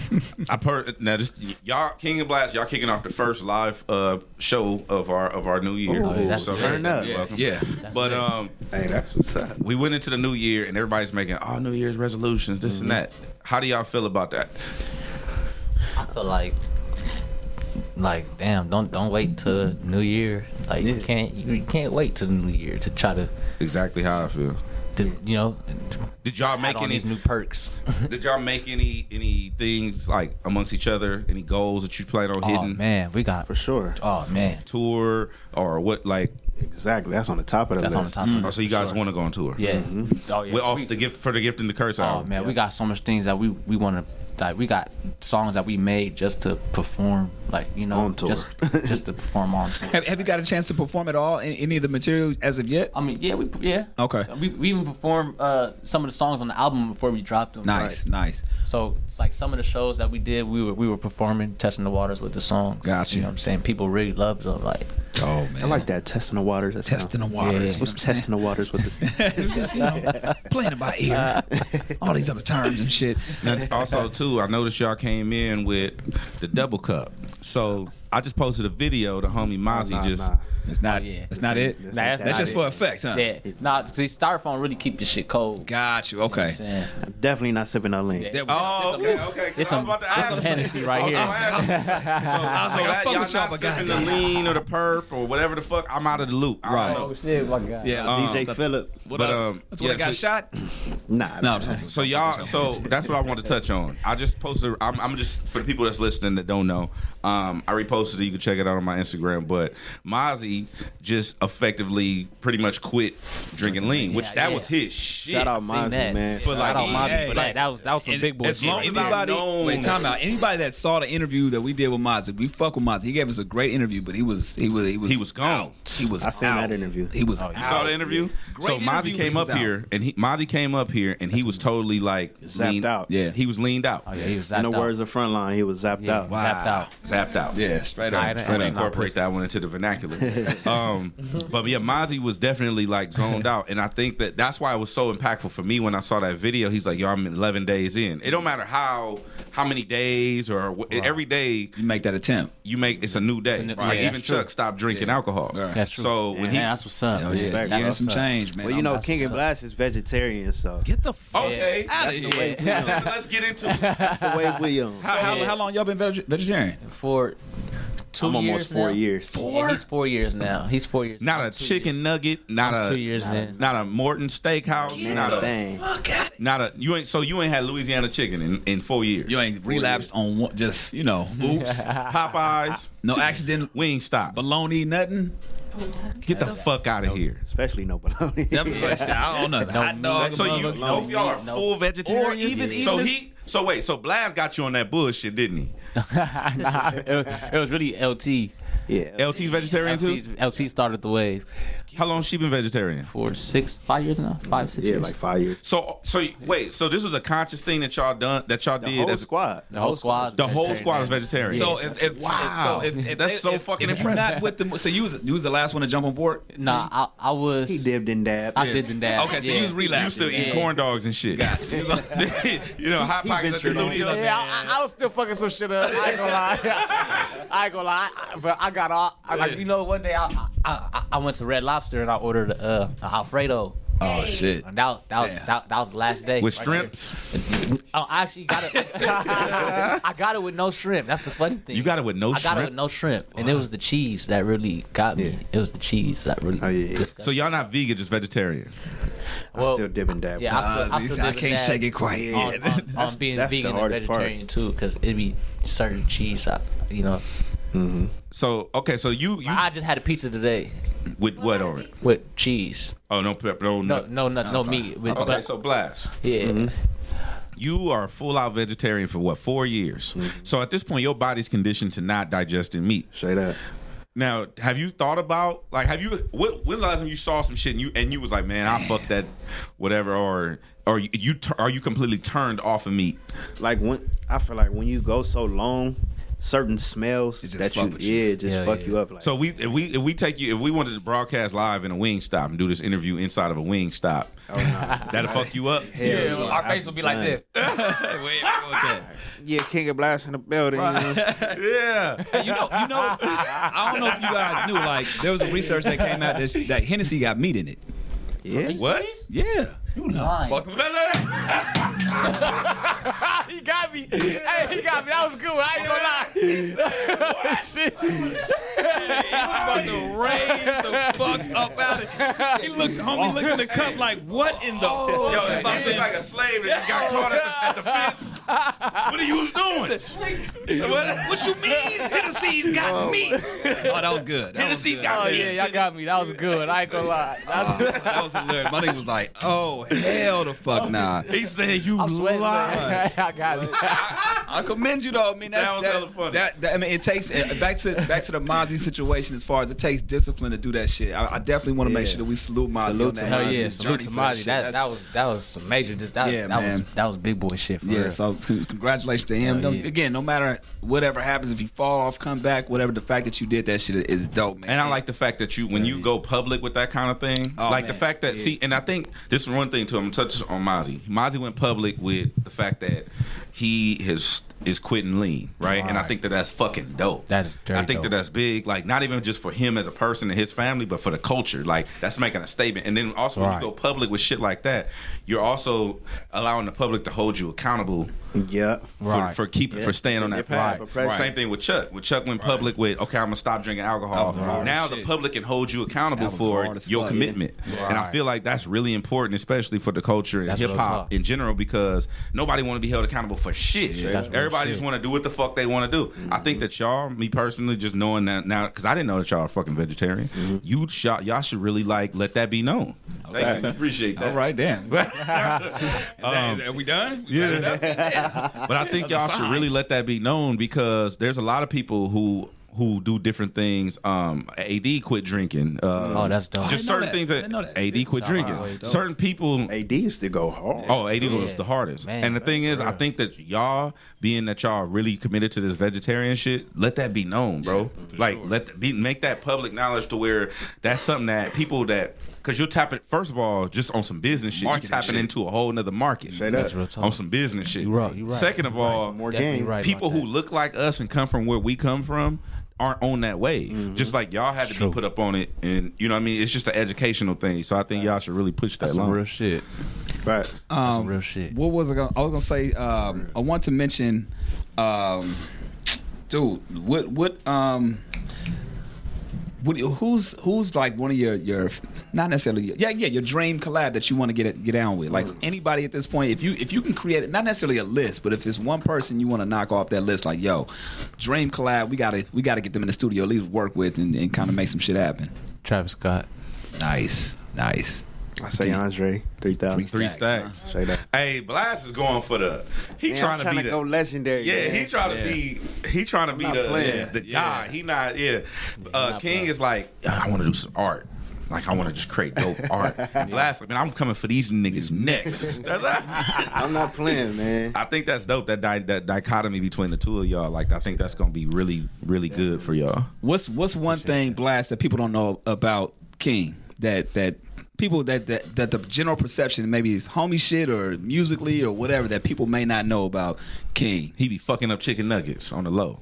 C: I per now just y'all King of Blast, y'all kicking off the first live uh show of our of our new year.
D: Ooh, Oh, that's
C: So-
D: turn
E: up.
C: Yeah, welcome.
B: yeah.
C: but
D: lit.
C: um,
E: Hey, that's what's up.
C: we went into the new year and everybody's making all New Year's resolutions, this
D: Mm-hmm.
C: and that. How do y'all feel about that?
D: I feel like like damn, don't don't wait till New Year. Like you
E: Yeah.
D: can't you can't wait till the New Year to try to,
C: Exactly how I feel.
D: to you know
C: Did y'all
D: add
C: make
D: on
C: any
D: these new perks.
C: Did y'all make any any things like amongst each other? Any goals that you plan on
D: oh
C: hitting?
D: man, we got
E: For sure.
D: oh man,
C: Tour or what? Like,
E: Exactly. That's on the top of the
D: that's on the
E: list.
D: top.
C: oh,
D: Of
C: so
D: it.
C: you guys want to go on tour?
D: Mm, yeah. Oh yeah.
C: We're off
D: We-
C: the gift for the gift and the curse
D: Oh
C: album.
D: man, we got so much things that we we want to like. We got songs that we made just to perform, like you know,
E: On tour.
D: just just to perform on tour.
B: Have, have you got a chance to perform at all in any of the material as of yet?
D: I mean, yeah, we yeah.
B: Okay.
D: We, we even performed uh, some of the songs on the album before we dropped them.
B: Nice, nice.
D: So it's like some of the shows that we did, we were we were performing, testing the waters with the songs.
B: Gotcha.
D: You know what I'm saying? People really loved them. Like
B: Oh man,
E: I like that testing the waters. That's
B: testing the
E: how-
B: waters.
D: Yeah.
B: you know
E: What's
B: what I'm
E: testing the waters with this?
B: saying? It was just you know playing it by ear, all these other terms and shit.
C: And also too, I noticed y'all came in with the double cup. So I just posted a video. The homie Mozzie
E: Oh, Nah,
C: just.
E: nah.
B: It's not.
D: yeah.
B: That's not it.
E: That's
D: that's
B: That's
D: not
B: just
D: it.
B: for effect, huh?
D: yeah, nah, see, styrofoam really keep your shit cold. You know
B: Got you.
D: what
B: Okay.
D: I'm saying?
E: I'm definitely not sipping no lean.
B: That-
C: Oh, okay,
D: It's-
C: okay. 'cause
D: it's
C: I was
D: some-
C: about to
D: it's
C: ask
D: some
C: the same-
D: Hennessy right
C: I was
D: here.
C: gonna ask the same. So, I was
B: like, I
C: like,
B: fuck
C: y'all
B: with y'all,
C: not
B: but
C: sipping the
B: goddamn.
C: lean or the perp or whatever the fuck. I'm out of the loop. I
B: Right.
C: don't know.
D: Oh, shit, my God.
B: yeah.
E: DJ
B: um,
E: Phillip.
C: But um,
B: that's when I got
C: so-
B: shot.
E: Nah.
B: No,
E: nah.
B: I'm just
C: So y'all, so that's what I want to touch on. I just posted. I'm, I'm just for the people that's listening that don't know. Um, I reposted it. You can check it out on my Instagram. But Mozzie just effectively pretty much quit drinking lean, which
D: Yeah,
C: that
D: yeah.
C: was his shit.
E: Shout out
D: seen
E: Mozzie,
D: that.
E: man.
C: For like,
D: Shout out
C: he-
D: Mozzie
B: hey,
D: for
B: like-
D: that. That was that was some
B: And
D: big boy
C: as
D: shit.
C: long
D: right
C: as
D: there.
C: I-
B: Anybody,
C: known
B: wait, time out. Anybody that saw the interview that we did with Mozzie, we fuck with Mozzie. He gave us a great interview, but he was he was he was
C: He was gone.
B: He was
E: I seen
B: out.
E: that interview.
B: He was.
D: you
C: You saw
B: out.
C: the interview.
B: Great
C: so Mozzie
B: interview, but
C: came
B: he was
C: up
B: out.
C: here, and he Mozzie came up here, and he was totally like
E: Zapped
C: leaned-
E: out.
B: Yeah.
C: he was leaned out.
D: Oh yeah, he was zapped
E: In the
D: out.
E: words of Frontline, he was zapped out.
D: Wow. Zapped out.
C: Zapped out.
B: Yeah, straight
D: Nah,
B: up.
D: it ain't-
B: Straight
D: it
B: up.
D: ain't
C: incorporate that one into the vernacular. um, but yeah, Mozzie was definitely like zoned out, and I think that that's why it was so impactful for me when I saw that video. He's like, "Yo, I'm 11 days in. It don't matter how how many days or wh- every day
B: You make that attempt.
C: you make, it's a new day.
D: a new-
C: like
D: yeah,
C: even
D: that's true.
C: Chuck stopped drinking alcohol.
B: Right.
D: That's true.
C: So
D: man,
C: when he
D: that's what's up.
B: Oh,
E: Respect.
B: yeah.
E: That's
B: Give
E: what's
B: some
D: up.
B: change, man.
E: Well, you
B: I'm-
E: know, King and Blast is vegetarian, so
D: get
C: Oh,
D: the fuck
C: okay,
B: Outta here.
C: Let's- let's get into it.
E: that's the way we on.
B: How, how,
D: Yeah.
B: how long y'all been veg- vegetarian?
D: for 2
E: I'm
D: years
E: almost four
D: now.
E: years.
D: Yeah, he's four years now. He's four years.
C: Not
D: I'm
C: a
D: two
C: chicken
D: years.
C: nugget. Not
D: I'm
C: a
D: two years in.
C: Not a Morton Steakhouse. not a
E: Dang.
C: not a you ain't so you ain't had Louisiana chicken in in four years.
B: You ain't relapsed on one, just you know, oops,
C: Popeyes.
B: no accident,
C: Wingstop.
B: baloney, nothing.
C: Get the fuck out of here. Uh,
E: Especially no bologna.
B: That was like, shit, I don't know. Hot dog,
C: So you
B: mother-
C: both y'all are
D: No.
C: full vegetarian.
B: Or even- even
C: so
B: this-
C: he so wait so Blaz got you on that bullshit, didn't he?
D: nah, it, was- it was really LT.
E: yeah.
C: LT's vegetarian too.
D: LT's, LT started the wave
C: How long she been vegetarian?
D: for six, five years now, five, six
E: Yeah,
D: years.
E: like five years.
C: So so wait so this was a conscious thing that y'all done that y'all
E: The
C: did.
E: whole
C: as-
E: squad.
D: the whole squad.
C: the whole squad is
D: vegetarian.
C: vegetarian.
B: So if, if
C: Wow.
B: so if, if
C: That's
B: if,
C: so
B: if,
C: fucking
B: if you're Not with them, so you was you was the last one to jump on board.
D: Nah, I, I was.
E: He dipped and dabbed.
D: I did the dab.
B: Okay, so
D: yeah.
B: you was relapsing.
C: you still
D: Yeah.
C: eat corn dogs and shit. you know hot pockets at the
E: ventured on.
C: studio.
D: Yeah, I, I- I was still fucking some shit up. I ain't gonna lie. I ain't gonna lie. I- But I got all. I, like, you know, one day I, I I I went to Red Lobster and I ordered uh, an Alfredo.
B: Oh shit!
D: And that that was
B: Damn.
D: that, that was the last day.
C: With
D: Right there.
C: shrimps,
D: Oh, I actually got it. I got it with no shrimp. That's the funny thing.
C: You got it with no
D: I got it
C: shrimp?
D: with no shrimp, and it was the cheese that really got me.
E: Yeah.
D: It was the cheese that really.
E: Oh, yeah.
C: so y'all not vegan, just vegetarian.
E: I
D: well,
E: still dip and dab.
D: yeah, I still, I
B: Nah,
D: still
B: I
D: did
B: can't
D: that
B: shake it quite
E: Yeah.
D: On,
B: yet.
D: on, on being
E: that's the
D: vegan and
E: hardest part.
D: vegetarian too, because it be certain cheese, I, you know.
C: So okay, so you you
F: I just had a pizza today
C: with what on it?
F: with cheese.
C: Oh no, pepper, no,
F: No,
D: Mm.
C: no.
F: no, no, no meat. But,
C: Okay,
F: but-
C: so blast.
F: yeah,
D: mm-hmm.
C: You are full out vegetarian for what four years? So at this point, your body's conditioned to not digesting meat.
E: Say that.
C: Now, have you thought about like have you when, when the last time you saw some shit and you and you was like, man, I fucked that, whatever, or or you, you tur- are you completely turned off of meat?
E: Like when I feel like when you go so long, certain smells
B: just
E: that
B: fuck
E: you
B: with you.
E: yeah it just
D: Yeah,
E: fuck
D: yeah.
E: you up. Like
C: So we if we if we take you if we wanted to broadcast live in a wing stop and do this interview inside of a wing stop, that'll fuck you up.
E: hell
D: Yeah, our face will be like this.
E: yeah, King of Blast in the building. you know?
C: yeah.
B: And you know, you know, I don't know if you guys knew. Like, there was a research that came out that, that Hennessy got meat in it.
E: yeah.
C: What?
B: Yeah,
F: you lying.
C: Fuck
F: He got me. Hey, he got me. That was good. I ain't gonna lie.
B: about to raise the fuck up out of it. He looked, homie, looked in the cup like, what in the?
C: Yo,
B: fuck
C: it's
B: is my
C: like,
B: thing?
C: like a slave that just
F: Oh,
C: got caught at the, at the fence. What are you doing? What,
B: What you mean? Hennessy's got meat. Oh, that was good. That was
C: Hennessy
B: good.
C: got
F: Oh
C: me.
F: yeah, y'all got me. That was good. I ain't gonna lie. That's-
B: That was hilarious. My nigga was like, oh hell the fuck nah.
C: He said you
F: I'm sweating.
C: lied.
F: man. I got me.
B: I commend you though. I mean, that's,
C: That was
B: that,
C: hella funny.
B: That, that- I mean, it takes uh, back to back to the Mozzie situation as far as it takes discipline to do that shit. I, I definitely want to make
E: Yeah.
B: sure that we salute Mozzie.
E: Salute
B: on
E: to
B: that Mozzie's
E: him.
D: Hell yeah,
B: journey
D: salute to
B: for
D: Mozzie.
B: shit.
D: That,
B: That's-
D: that was that was some major. Just that was,
B: Yeah,
D: that
B: man.
D: was that was big boy shit. For
B: Yeah,
D: real.
B: so c- congratulations to him.
D: Hell
B: No-
D: yeah.
B: Again, no matter whatever happens, if you fall off, come back, whatever. The fact that you did that shit is dope, man.
C: And I like the fact that you, when you go public with that kind of thing,
B: Oh,
C: like
B: man.
C: the fact that, see, and I think this is one thing too. I'm gonna touch on Mozzie. Mozzie went public with the fact that he has is quitting lean, right? And I think that that's fucking dope.
D: That is very
C: I think that
D: dope.
C: that's big. Like not even just for him as a person and his family, but for the culture. Like that's making a statement. And then also when
D: Right.
C: you go public with shit like that, you're also allowing the public to hold you accountable
E: Yeah.
D: Right.
C: for, for keeping
E: Yeah.
C: for staying on
E: Your
C: that
E: path,
C: path.
E: your
C: Same thing with Chuck. When Chuck went public with, okay, I'm gonna stop drinking alcohol.
B: Alcohol.
C: Now
B: Shit.
C: the public can hold you accountable
B: That was hard
C: for
B: as
C: your
B: fuck.
C: commitment, and I
D: Right.
C: feel like that's really important, especially for the culture and
D: That's
C: hip
D: real
C: hop
D: talk.
C: in general, because nobody want to be held accountable for shit.
D: that's real
C: Everybody just
D: shit.
C: want to do what the fuck they want to do. I think that y'all, me personally, just knowing that now, because I didn't know that y'all are fucking vegetarian.
B: Mm-hmm.
C: You shall, y'all should really like let that be known. Thank you. Appreciate that.
B: All right, damn. Um,
D: Um,
C: are we done? Yeah. but I think y'all should really let that be known because there's a lot of people who who do different things. Um, AD quit drinking. Uh,
D: Oh, that's
B: Mm. I
C: just
D: dope.
B: didn't
C: certain
B: know
C: things
B: that. I
C: that,
B: didn't know that.
C: AD quit drinking. Certain people.
E: AD used to go hard.
C: Oh, AD was the hardest.
D: Man,
C: and the thing is, I think that y'all, being that y'all really committed to this vegetarian shit, let that be known, bro. like, let that be make that public knowledge to where that's something that people that because you're tapping first of all just on some business shit, you're
B: Marketing
C: tapping
B: shit.
C: into a whole nother market
E: Say that.
D: That's real talk.
C: on some business shit.
D: You right, you right.
C: Second of all,
E: More
D: Definitely
E: game.
D: right.
C: people
D: about
C: who
D: that.
C: look like us and come from where we come from aren't on that wave.
D: Mm-hmm.
C: Just like y'all had to be put up on it, and you know what I mean. It's just an educational thing. So I think y'all should really push that.
D: that's some
C: line.
D: real shit.
E: Right.
B: Uh,
D: That's some real shit.
B: Um, What was I going? to I was gonna say. Um, I want to mention, um, dude. What what um. What, who's who's like one of your your not necessarily your, yeah yeah your dream collab that you want to get it, get down with like anybody at this point if you if you can create it not necessarily a list but if it's one person you want to knock off that list like yo dream collab we gotta we gotta get them in the studio at least work with and, and kind of make some shit happen
D: Travis Scott.
B: nice nice
E: I say Andre three thousand.
C: Three
B: Stacks,
C: stacks.
E: Say that.
C: Hey, Blast is going for the. He
E: Man,
C: trying,
E: I'm trying
C: to
E: to,
C: be the.
E: go legendary.
C: yeah,
E: man.
C: he trying to be. He trying to be
E: not
C: the
E: playing.
C: the guy. He not. Yeah, uh, King is like. I want to do some art. Like I want to just create dope art. Blast, man, I'm coming for these niggas next.
E: I'm not playing, man.
C: I think that's dope. That di- that dichotomy between the two of y'all. Like I think that's gonna be really really good for y'all.
B: What's what's one thing blast that people don't know about King that that people that that, that the general perception maybe is homie shit or musically or whatever that people may not know about King.
C: He be fucking up chicken nuggets on the low.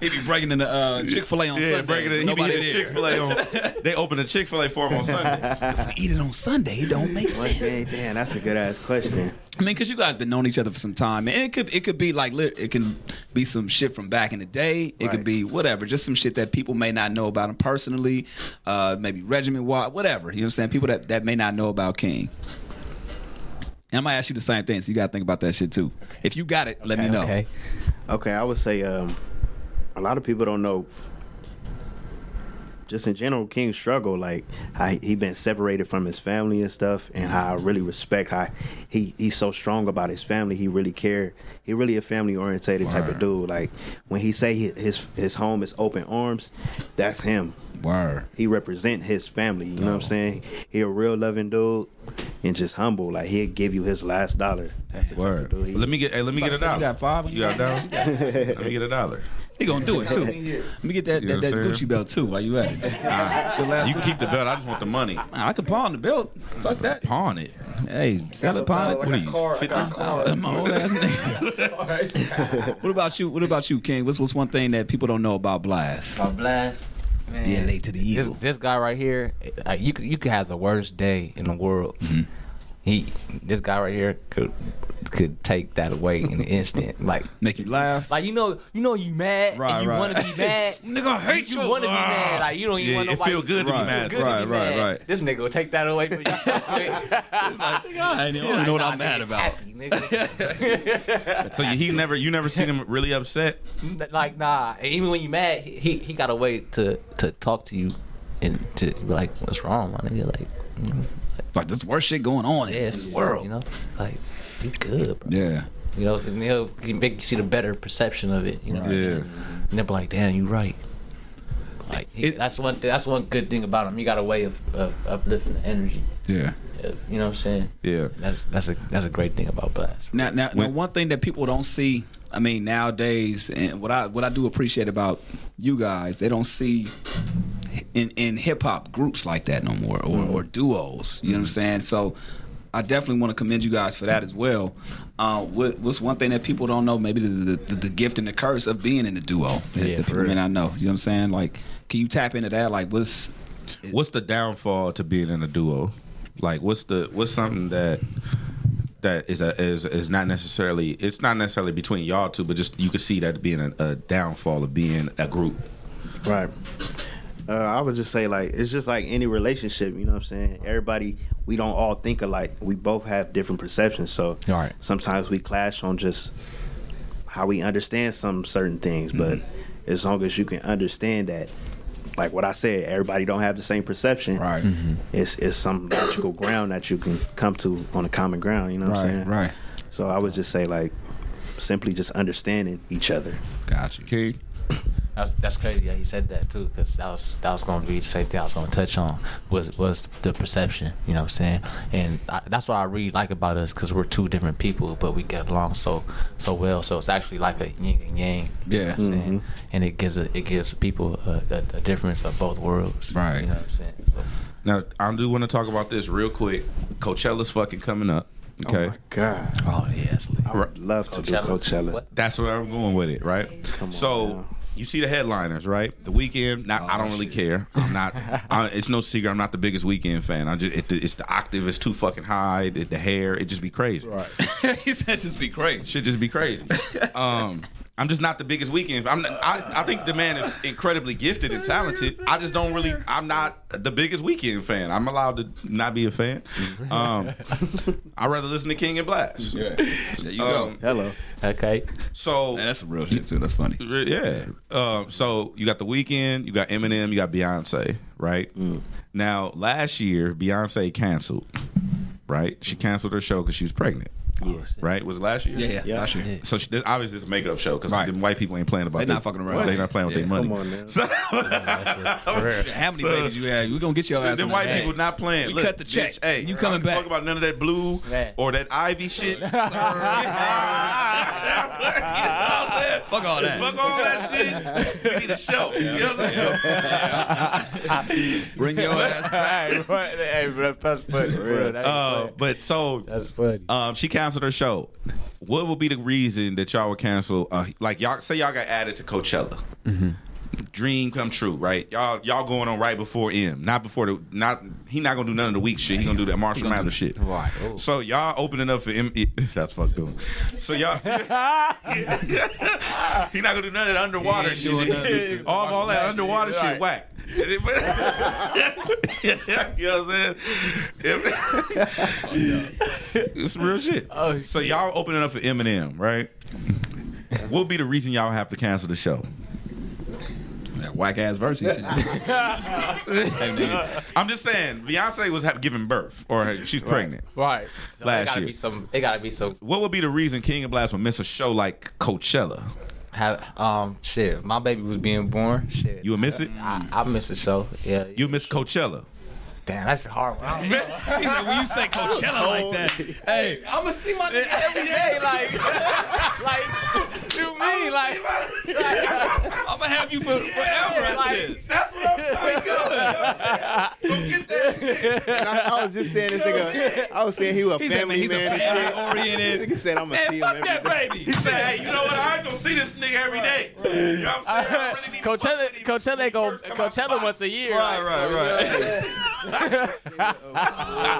B: He be breaking into uh, Chick Fil A on Sunday.
C: breaking it. He be
B: Nobody
C: hitting Chick Fil A on. They open a Chick Fil A for him on Sundays.
B: Eat it on Sunday. It don't make
E: One
B: sense.
E: thing, damn, that's a good ass question.
B: I mean, because you guys been knowing each other for some time, and it could it could be like lit- it can be some shit from back in the day. It could
E: Right.
B: be whatever, just some shit that people may not know about him personally, uh, maybe regiment wise, whatever. You know what I'm saying? People that, that may not know about King. And I'm gonna ask you the same thing, so you gotta think about that shit too. If you got it, let me know.
F: Okay.
E: Okay, I would say um, a lot of people don't know. Just in general, King's struggle, like how he- he been separated from his family and stuff, and how I really respect how he he's so strong about his family. He really care. He really a family orientated type of dude. Like when he say hi- his his home is open arms, that's him.
B: Word.
E: He represent his family. You know what I'm saying? He a real loving dude and just humble. Like he'll give you his last dollar. That's the type of
B: Word.
E: dude he-
C: Let me get. Hey, let me get
B: About
C: a
B: to say,
C: dollar.
B: you got five when
C: You
B: you
C: got a dollar. Let me get a dollar.
B: He gonna do it too. Let me get that
C: You know
B: that, that
C: what I'm
B: Gucci
C: saying?
B: belt too. While you at it, It's your last
C: You can keep the belt. I just want the money.
B: one. I could pawn the belt. Fuck that.
C: Pawn it.
B: Hey, sell it, pawn it.
C: What are you?
B: I'm a old ass nigga. what about you? What about you, King? What's what's one thing that people don't know about Blast?
D: My blast. Man.
B: Being late to the
D: This,
B: eagle.
D: this guy right here, like, you could you could have the worst day in the world. He, this guy right here could could take that away in an instant. Like
B: Make you laugh.
D: Like you know, you know you mad
B: Right,
D: and you
B: right.
D: want to be mad.
B: Nigga, I hate
D: you.
B: you.
D: want to be
B: Ah.
D: mad. Like you don't even
C: Yeah,
D: want
C: it
D: nobody.
C: feel good to be
D: It feel
C: mad.
D: good to
B: Right,
D: be
B: right,
D: mad.
B: right.
D: This nigga will take that away from you.
B: I don't even know what I'm mad about.
D: Happy, nigga.
C: So you, he never. You never seen him really upset.
D: like nah. And even when you mad, he he- he got a way to to talk to you and to be like, what's wrong, my nigga? Like
B: Like this worst shit going on in
D: yes,
B: the world.
D: You know, like be good, bro.
B: Yeah.
D: You know, and he'll he make you see the better perception of it. You know, what I'm
B: Yeah.
D: saying? and they'll be like, "Damn, you right." Like he,
B: It-
D: that's one that's one good thing about him. He got a way of, of uplifting the energy.
B: Yeah.
D: Uh, You know what I'm saying?
C: Yeah.
D: That's that's a that's a great thing about Blast.
B: Now, now, now,
C: When-
B: one thing that people don't see, I mean, nowadays, and what I what I do appreciate about you guys, they don't see in in hip hop groups like that no more, or or duos. You know what I'm saying? So. I definitely want to commend you guys for that as well. Uh, what, what's one thing that people don't know? Maybe the, the, the gift and the curse of being in a duo that,
D: Yeah,
B: that
D: for
B: people may not know. You know what I'm saying? Like, can you tap into that? Like, what's
C: What's the downfall to being in a duo? Like, what's the what's something that that is a, is is not necessarily it's not necessarily between y'all two, but just you could see that being a, a downfall of being a group.
E: Right. Uh, I would just say like it's just like any relationship, you know what I'm saying? Everybody we don't all think alike. We both have different perceptions. So
D: Right.
E: sometimes we clash on just how we understand some certain things, but as long as you can understand that like what I said, everybody don't have the same perception.
B: Right. Mhm.
E: It's it's some logical ground that you can come to on a common ground, you know what I'm saying? So I would just say like simply just understanding each other.
B: Got you.
C: Okay.
D: That's that's crazy. Yeah, he said that too, because that was that was gonna be the same thing I was gonna touch on was was the perception. You know what I'm saying? And I, that's what I really like about us, because we're two different people, but we get along so so well. So it's actually like a yin and yang. You know
B: Yeah.
D: what I'm saying? And it gives a, it gives people a, a, a difference of both worlds.
B: Right.
D: You know what I'm saying? So,
C: Now I do want to talk about this real quick. Coachella's fucking coming up. Okay.
E: Oh God.
D: oh yes.
E: I would love to do Coachella.
D: What?
C: That's where I'm going with it, right?
E: Come on
C: so
E: now. Oh,
C: you see the headliners, right? The weekend. Not, I don't really care. I'm not. I, it's no secret. I'm not the biggest weekend fan. I just it, it's the octave is too fucking high. The, the hair, it just be crazy. Right.
B: he said, "Just be crazy."
C: Should just be crazy. um, I'm just not the biggest weekend. I'm. Not, I, I think the man is incredibly gifted and talented. I just don't really. I'm not the biggest weekend fan. I'm allowed to not be a fan. Um, I rather listen to King and Blast.
B: Yeah. There you go.
C: Um,
E: Hello.
D: Okay.
C: So
B: Man, that's some real shit too. That's funny.
C: Yeah. Um, so you got the weekend, you got Eminem, you got Beyonce, right?
B: Mm.
C: Now, last year, Beyonce canceled, right? She canceled her show because she was pregnant, right? Was it last year?
B: Yeah, yeah. Usher. Yeah.
C: So she, this, obviously, it's a makeup show because
B: Right.
C: them white people ain't playing about.
B: They not
C: their-
B: fucking around.
C: They not playing with
B: Yeah.
C: their money.
E: Come on now.
C: So,
B: How many babies you had? We gonna get your ass.
C: them
B: on
C: white
B: that.
C: people not playing.
B: We
C: Look,
B: cut the check.
C: bitch, hey,
B: You coming
C: I don't give a
B: back.
C: Fuck about none of that blue
D: Yeah.
C: or that ivy shit. You know what I'm saying?
B: Fuck all that.
C: Fuck all that shit. We need a show. You know what I'm saying?
B: Bring your ass.
D: hey, bro, that's funny.
E: real.
D: That's
C: Uh, but so
D: funny.
C: um, she canceled her show. What would be the reason that y'all would cancel? Uh, like y'all say y'all got added to Coachella. Dream come true, right? Y'all y'all going on right before M, not before the not. He not gonna do none of the weak shit. He gonna do oh. that Marshall Mathers shit. Right. So y'all opening up for M. That's fucked up. So y'all, he not gonna do none of the underwater
B: doing nothing
C: shit.
B: with the
C: All all that
D: Mathers
C: underwater
D: shit,
C: shit,
D: right.
C: whack. you know what I'm saying? If- it's real shit.
B: Oh,
C: so y'all opening up for Eminem, right? what would be the reason y'all have to cancel the show?
B: That whack ass verse he said.
C: I'm just saying, Beyonce was ha- giving birth, or she's pregnant.
G: Right.
D: So
C: Last
D: it gotta
C: year.
D: be some. It gotta be some.
C: What would be the reason King of Blast would miss a show like Coachella?
D: Have um shit. My baby was being born. Shit.
C: You would miss it?
D: I, I miss the show. Yeah.
C: You miss Coachella.
D: Damn, that's a hard one.
C: he said, when you say Coachella like that, hey,
D: I'm gonna see my nigga every day, like, like, to me, like,
C: I'm gonna have you for, forever after
D: like-
C: this. That's what I'm trying to
H: I, I was just saying this nigga. I was saying he was a family man and shit. This
C: oriented.
H: nigga said I'm gonna see him every day.
C: baby. He said, hey, you know what? I don't see this nigga every day. You know what I'm saying? I really need to
D: Coachella,
C: fuck with him when
D: Coachella
C: he
D: go,
C: first come out the
D: Coachella
C: box.
D: once a year.
C: Right,
D: like, so,
C: right,
D: you know what I'm saying?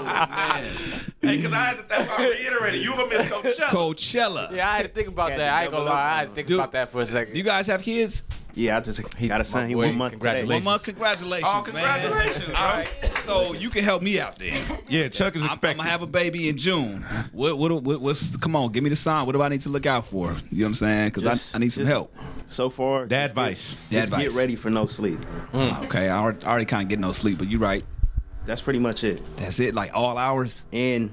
C: Hey, because I had to, that's why I reiterated. You gonna miss Coachella.
B: Coachella.
D: Yeah, I had to think about that. I ain't gonna lie, I had to think
B: Dude,
D: about that for a second.
B: You guys have kids?
E: Yeah, I just got a son. He
D: boy,
E: one month today.
D: congratulations.
B: One month, congratulations.
C: Oh, congratulations,
B: Man. All right. So you can help me out then.
C: Yeah, Chuck is
B: I'm, I'm gonna have a baby in June. What, what, what, what's? Come on, give me the sign. What do I need to look out for? You know what I'm saying? Because
E: Just-
B: I, I need some
E: just-
B: help.
E: So far,
C: Dad
E: just get-
C: advice.
B: Dad
E: Just get
B: advice.
E: ready for no sleep.
C: Mm.
B: Okay, I already, kind of get no sleep, but you're right.
E: That's pretty much it.
B: That's it. Like all hours.
E: And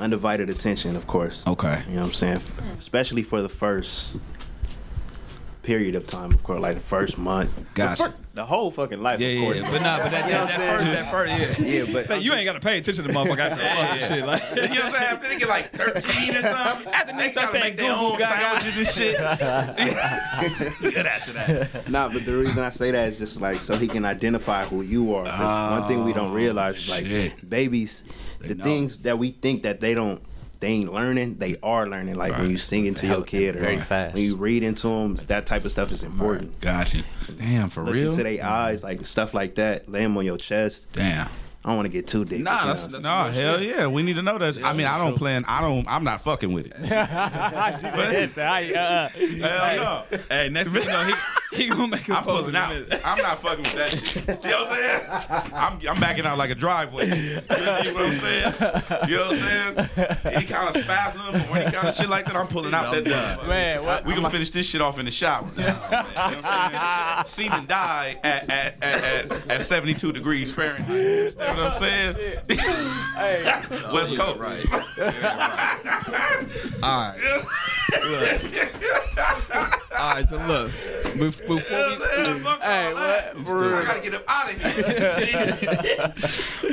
E: undivided attention, of course.
B: Okay.
E: You know what I'm saying? Especially for the first period of time, of course, like the first month,
B: Gotcha.
E: the whole fucking life.
B: Yeah,
E: of
B: yeah,
E: course.
B: yeah. But nah, but that,
E: You know
B: that,
E: what
B: that
E: I'm
B: first, that first, yeah.
E: Yeah, but
B: Like, you ain't gotta pay attention to the motherfucker after all that shit. Like,
C: You know what I'm saying? After they get like 13 or something, after they start saying their own sandwiches and shit. Good after that.
E: Nah, but the reason I say that is just like so he can identify who you are. That's one thing we don't realize. is, Like
B: Oh, shit.
E: babies, the
B: know.
E: things that we think that they don't, they ain't learning. They are learning. Like when you sing into your kid, or
D: very fast.
E: when you read into them, that type of stuff is important.
B: gotcha. Damn, for
E: Look
B: real. Mm-hmm.
E: into their eyes, like stuff like that. Lay them on your chest.
B: Damn.
E: I don't want to get too deep.
B: Nah,
E: but you know
B: that's-
E: what I'm
B: that's-
C: No, hell yeah. We need to know that. I mean, I don't plan. I don't. I'm not fucking with it.
D: Yes, I, uh,
C: Hell no.
B: Hey, next thing you know, he, he gonna make a
C: I'm
B: post
C: pulling
B: in a
C: out.
B: minute.
C: I'm not fucking with that shit. You know what I'm saying? I'm, I'm backing out like a driveway. You know what I'm saying? You know what I'm saying? Any kind of spasm or any kind of shit like that, I'm pulling out that done.
D: man, what?
C: We gonna finish this shit off in the shower. Semen die at, at, at, at, at 72 degrees Fahrenheit. You know what I'm saying? West Coast, right?
B: All right. Look. All right, so look. bef- Before
D: Hey, what? For
C: I
D: real.
C: gotta get up out of here.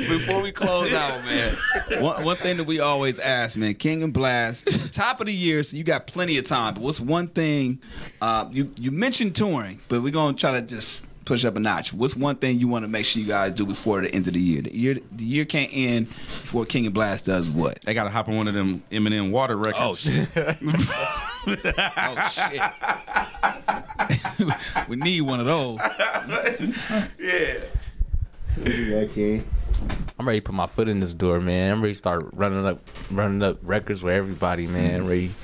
B: we, before we close out, man, one, one thing that we always ask, man, King and Blast, it's the top of the year, so you got plenty of time. But what's one thing uh, you you mentioned touring, but we're gonna try to just push up a notch. What's one thing you want to make sure you guys do before the end of the year? The year the year can't end before King and Blast does what?
C: They gotta hop on one of them Eminem water records.
B: Oh shit! oh shit! we need one of those.
C: Yeah.
E: saying? Yeah, King.
D: I'm ready to put my foot in this door, man. I'm ready to start running up, running up records with everybody, man. Ready,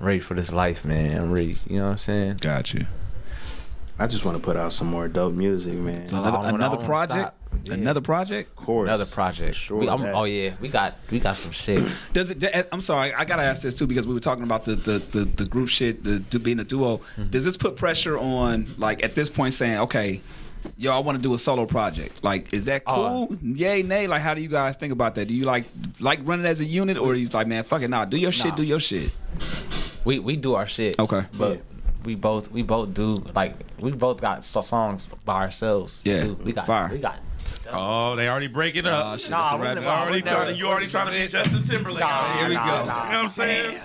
D: ready for this life, man. I'm ready. You know what I'm saying?
B: Got you.
E: I just want to put out some more dope music, man.
B: So another,
D: I don't- I
B: another
D: don't
B: project.
D: stop. Yeah.
B: Another project.
E: Of course.
D: Another project.
E: sure,
D: We- I'm-
E: that-
D: oh yeah, we got we got some shit.
B: Does it? th- I'm sorry, I gotta ask this too because we were talking about the the, the, the group shit, the, du- being a duo.
D: Mm-hmm.
B: Does this put pressure on like at this point saying, okay, yo, I want to do a solo project? Like, is that
D: Ah.
B: cool? Yay, nay? Like, how do you guys think about that? Do you like like running as a unit, or he's like, man, fuck it, nah, do your shit,
D: Nah.
B: do your shit.
D: We we do our shit.
B: Okay.
D: but
E: Yeah.
D: we both we both do like we both got so- songs by ourselves.
B: Yeah,
D: too. we got
B: fire.
D: we got. Stuff.
C: Oh, they already break it up.
B: Oh, shit,
D: Uh, Nah,
B: that's a
D: we're
B: wrap.
D: gonna-
C: You already
D: Nah,
C: trying to, you already trying to be Justin Timberlake. out
D: Nah,
C: here.
B: we
D: nah,
B: go.
D: nah.
C: You know what I'm saying?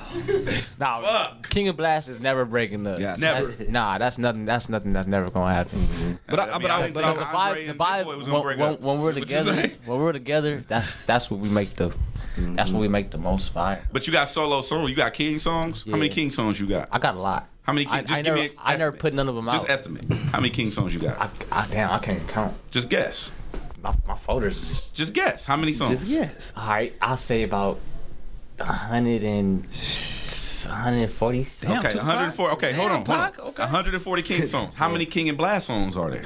D: Nah,
C: Fuck.
D: King of Blast is never breaking up.
B: Gotcha.
D: That's-
C: Never.
D: nah, that's nothing. That's nothing. That's never gonna happen.
E: Mm-hmm.
B: But I,
C: I mean,
B: but
C: I
B: I,
C: was
B: but
D: Because
B: I,
D: the
C: thinking- Andre
D: vibe, the
C: and Big Boy was gonna
D: vibe,
C: break
D: when,
C: up.
D: when, when we're
C: What you
D: together,
C: say?
D: when we're together, that's that's what we make the,
E: Mm-hmm.
D: that's what we make the most fire.
C: But you got solo songs. You got King songs. How many
D: Yeah.
C: King songs you got?
D: I got a lot.
C: How many King?
D: I,
C: just
D: I
C: give
D: never,
C: me. An
D: I never
C: estimate.
D: put none of them
C: Just
D: out.
C: estimate. How many King songs you got?
D: I, I, damn, I can't even count.
C: just guess.
D: My, my folders is just.
C: Just guess. How many songs?
E: Yes.
D: All right, I'll say about a hundred and 140.
B: Damn,
C: okay,
B: Tupac.
C: 104. Okay, hold on,
B: Damn,
C: hold on.
B: Pac, okay.
C: 140 King songs. How many King and Blast songs are there?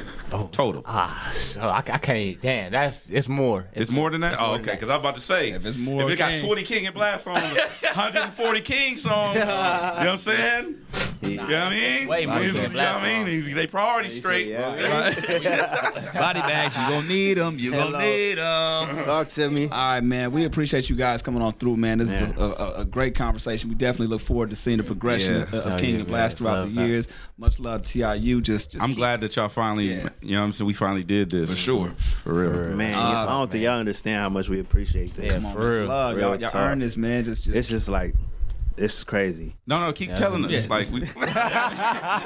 C: Total.
F: Ah, so I, I can't. Damn, that's it's more.
C: It's more than that. oh, okay. Because I was about to say,
B: If it's more
C: if it got
B: King.
C: 20 King and Blast songs, 140 King songs. you know what I'm saying? You know what I mean?
F: way more
C: You
F: King
C: know
F: and Blast
C: what I mean?
F: songs.
C: They- They priority straight.
I: Yeah.
B: Body bags, you gonna need them. You
I: Hello.
B: gonna need them.
I: Talk to me.
B: All right, man. We appreciate you guys coming on through, man. This is a, a, a great conversation. We definitely look forward to seeing the progression
C: Yeah.
B: of, of King
F: yeah,
B: and Blast
F: man.
B: throughout
F: Love
B: the
F: that.
B: years. Much love, TIU. Just, just
C: I'm
B: keep-
C: glad that y'all finally,
B: Yeah.
C: you know what I'm saying? We finally did this. For
B: sure.
C: For real.
E: Man, I don't think y'all understand how much we appreciate this.
B: Come on,
F: For
B: man.
F: real,
B: love. y'all,
E: real
B: y'all
E: talk.
B: earn this, man. Just, just,
E: It's just like this is crazy.
C: No, no, keep
F: Yeah,
C: telling us.
F: it's-
C: Like, we.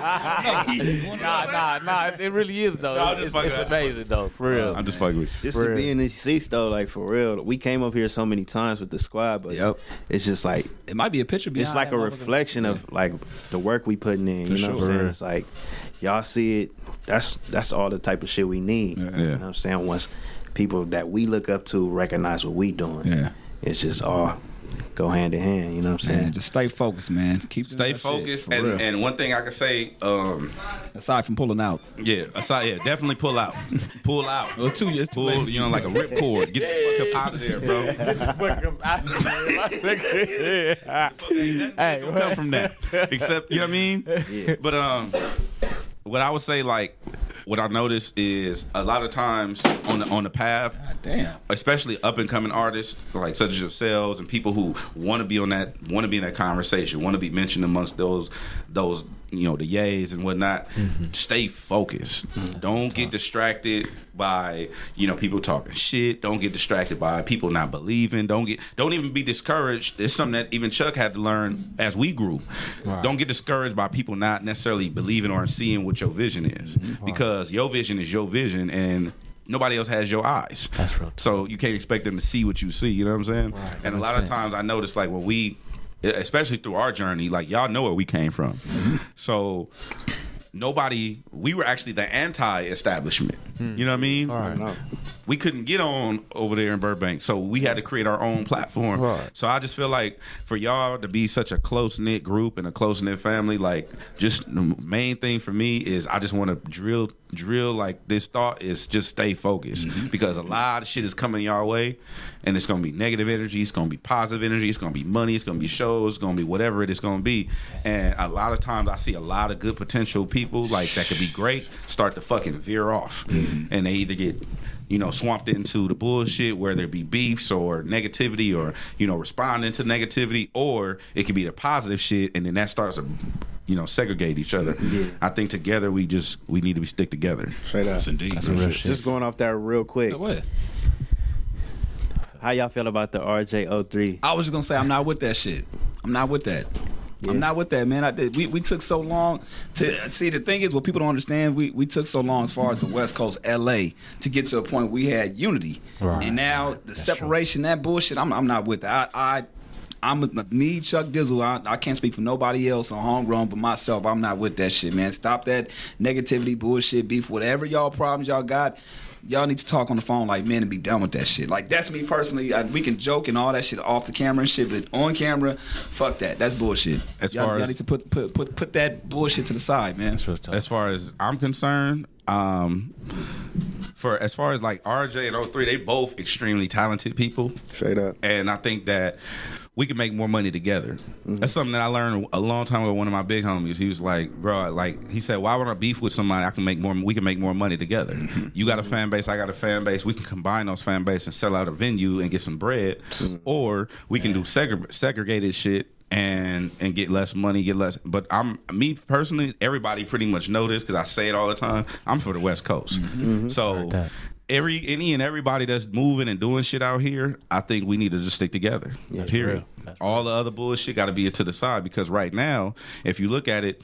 F: nah, nah, nah. It, it really is though.
C: Nah, I'm just
F: it's
C: fucking
F: it's
C: up.
F: amazing though, for real.
C: I'm just fucking with you.
E: Just
F: For
E: to
F: real.
E: be in these seats though, like for real. We came up here so many times with the squad, but
B: Yep.
E: it's just like
B: it might be a picture.
E: it's
B: behind
E: like
B: that
E: a
B: motherfucker.
E: reflection of like the work we putting in. you know what
B: sure.
E: I'm saying? It's like y'all see it. That's that's all the type of shit we need. You know what I'm saying? Once people that we look up to recognize what we doing,
B: Yeah.
E: it's just all go hand in hand. You know what I'm saying?
B: Man, just stay focused, man. Keep doing
C: Stay
B: that shit,
C: focused.
B: for real.
C: And, and one thing I can say, um,
B: aside from pulling out,
C: Yeah, aside, yeah, definitely pull out, pull out,
B: Well, two years too
C: pull,
B: late for
C: you know, like a rip cord. Get the fuck up out of there, bro.
F: Hey,
C: Don't come from that, except you know what I mean. But um, what I would say, like, what I notice is a lot of times on the on the path,
B: damn.
C: especially up and coming artists like such as yourselves and people who want to be on that want to be in that conversation want to be mentioned amongst those those you know the yays and whatnot stay focused don't get distracted by you know people talking shit don't get distracted by people not believing don't get don't even be discouraged it's something that even chuck had to learn as we grew don't get discouraged by people not necessarily believing or seeing what your vision is because your vision is your vision and nobody else has your eyes. That's real. So you can't expect them to see what you see. You know what I'm saying? and a lot of times I notice like when we, especially through our journey, like y'all know where we came from. So nobody, we were actually the anti-establishment. You know what I mean? We couldn't get on over there in Burbank, so we had to create our own platform. So I just feel like for y'all to be such a close knit group and a close knit family, like just the main thing for me is I just want to drill drill like this thought is just stay focused because a lot of shit is coming your way, and it's gonna be negative energy, it's gonna be positive energy, it's gonna be money, it's gonna be shows, it's gonna be whatever it is gonna be, and a lot of times I see a lot of good potential people like that could be great start to fucking veer off,
E: Mm-hmm.
C: and they either get you know, swamped into the bullshit, whether it be beefs or negativity or, you know, responding to negativity, or it could be the positive shit and then that starts to you know, segregate each other. I think together we just we need to be stick together.
E: Straight up.
B: indeed. That's
E: Just going off that real quick.
B: What?
E: How y'all feel about the RJ03?
B: I was just gonna say I'm not with that shit. I'm not with that. I'm not with that, man. I, did- we, we took so long to see. The thing is, what people don't understand, we, we took so long as far as the West Coast, LA, to get to a point we had unity, and now the separation, that bullshit. I'm, I'm not with that. I, I I'm with me, Chuck Dizzle. I, I can't speak for nobody else on homegrown but myself. I'm not with that shit, man. Stop that negativity, bullshit, beef, whatever y'all problems y'all got. Y'all need to talk on the phone like men and be done with that shit. Like that's me personally. I, we can joke and all that shit off the camera and shit, but on camera, fuck that. That's bullshit.
C: As
B: y'all,
C: far
B: y'all
C: as-
B: need to put, put put put that bullshit to the side, man.
C: As far as I'm concerned, um for as far as like RJ and 03, they both extremely talented people.
I: Straight up.
C: and I think that we can make more money together. That's something that I learned a long time ago. One of my big homies, he was like, "Bro, like he said, why would I beef with somebody? I can make more. We can make more money together. You got a fan base, I got a fan base. We can combine those fan base and sell out a venue and get some bread, or we can do segre- segregated shit." And and get less money, get less. But I'm me personally. Everybody pretty much know this because I say it all the time. I'm for the West Coast, so every any and everybody that's moving and doing shit out here, I think we need to just stick together. period. All the other bullshit got to be to the side because right now, if you look at it,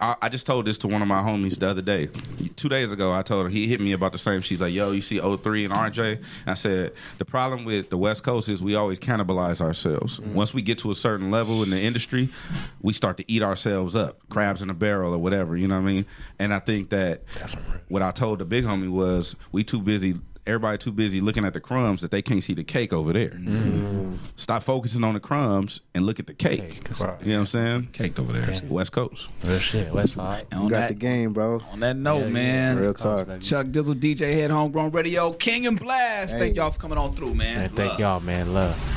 C: I, I just told this to one of my homies the other day. Two days ago, I told him he hit me about the same. She's like, "Yo, you see 03 and RJ?" And I said, "The problem with the West Coast is we always cannibalize ourselves.
B: Mm.
C: Once we get to a certain level in the industry, we start to eat ourselves up, crabs in a barrel or whatever. You know what I mean? And I think that what I told the big homie was we too busy everybody too busy looking at the crumbs that they can't see the cake over there.
B: Mm.
C: Stop focusing on the crumbs and look at the cake. You know what I'm saying?
B: Caked over there.
C: West Coast.
D: Yeah, West Side.
B: And
E: You
B: on
E: got the
B: that,
E: game, bro.
B: on that note, man.
E: Real talk.
B: Chuck Dizzle, DJ Head, Homegrown Radio, King and Blast. Thank
E: Hey.
B: y'all for coming on through, man.
D: Man, thank
B: Love.
D: y'all, man. Love.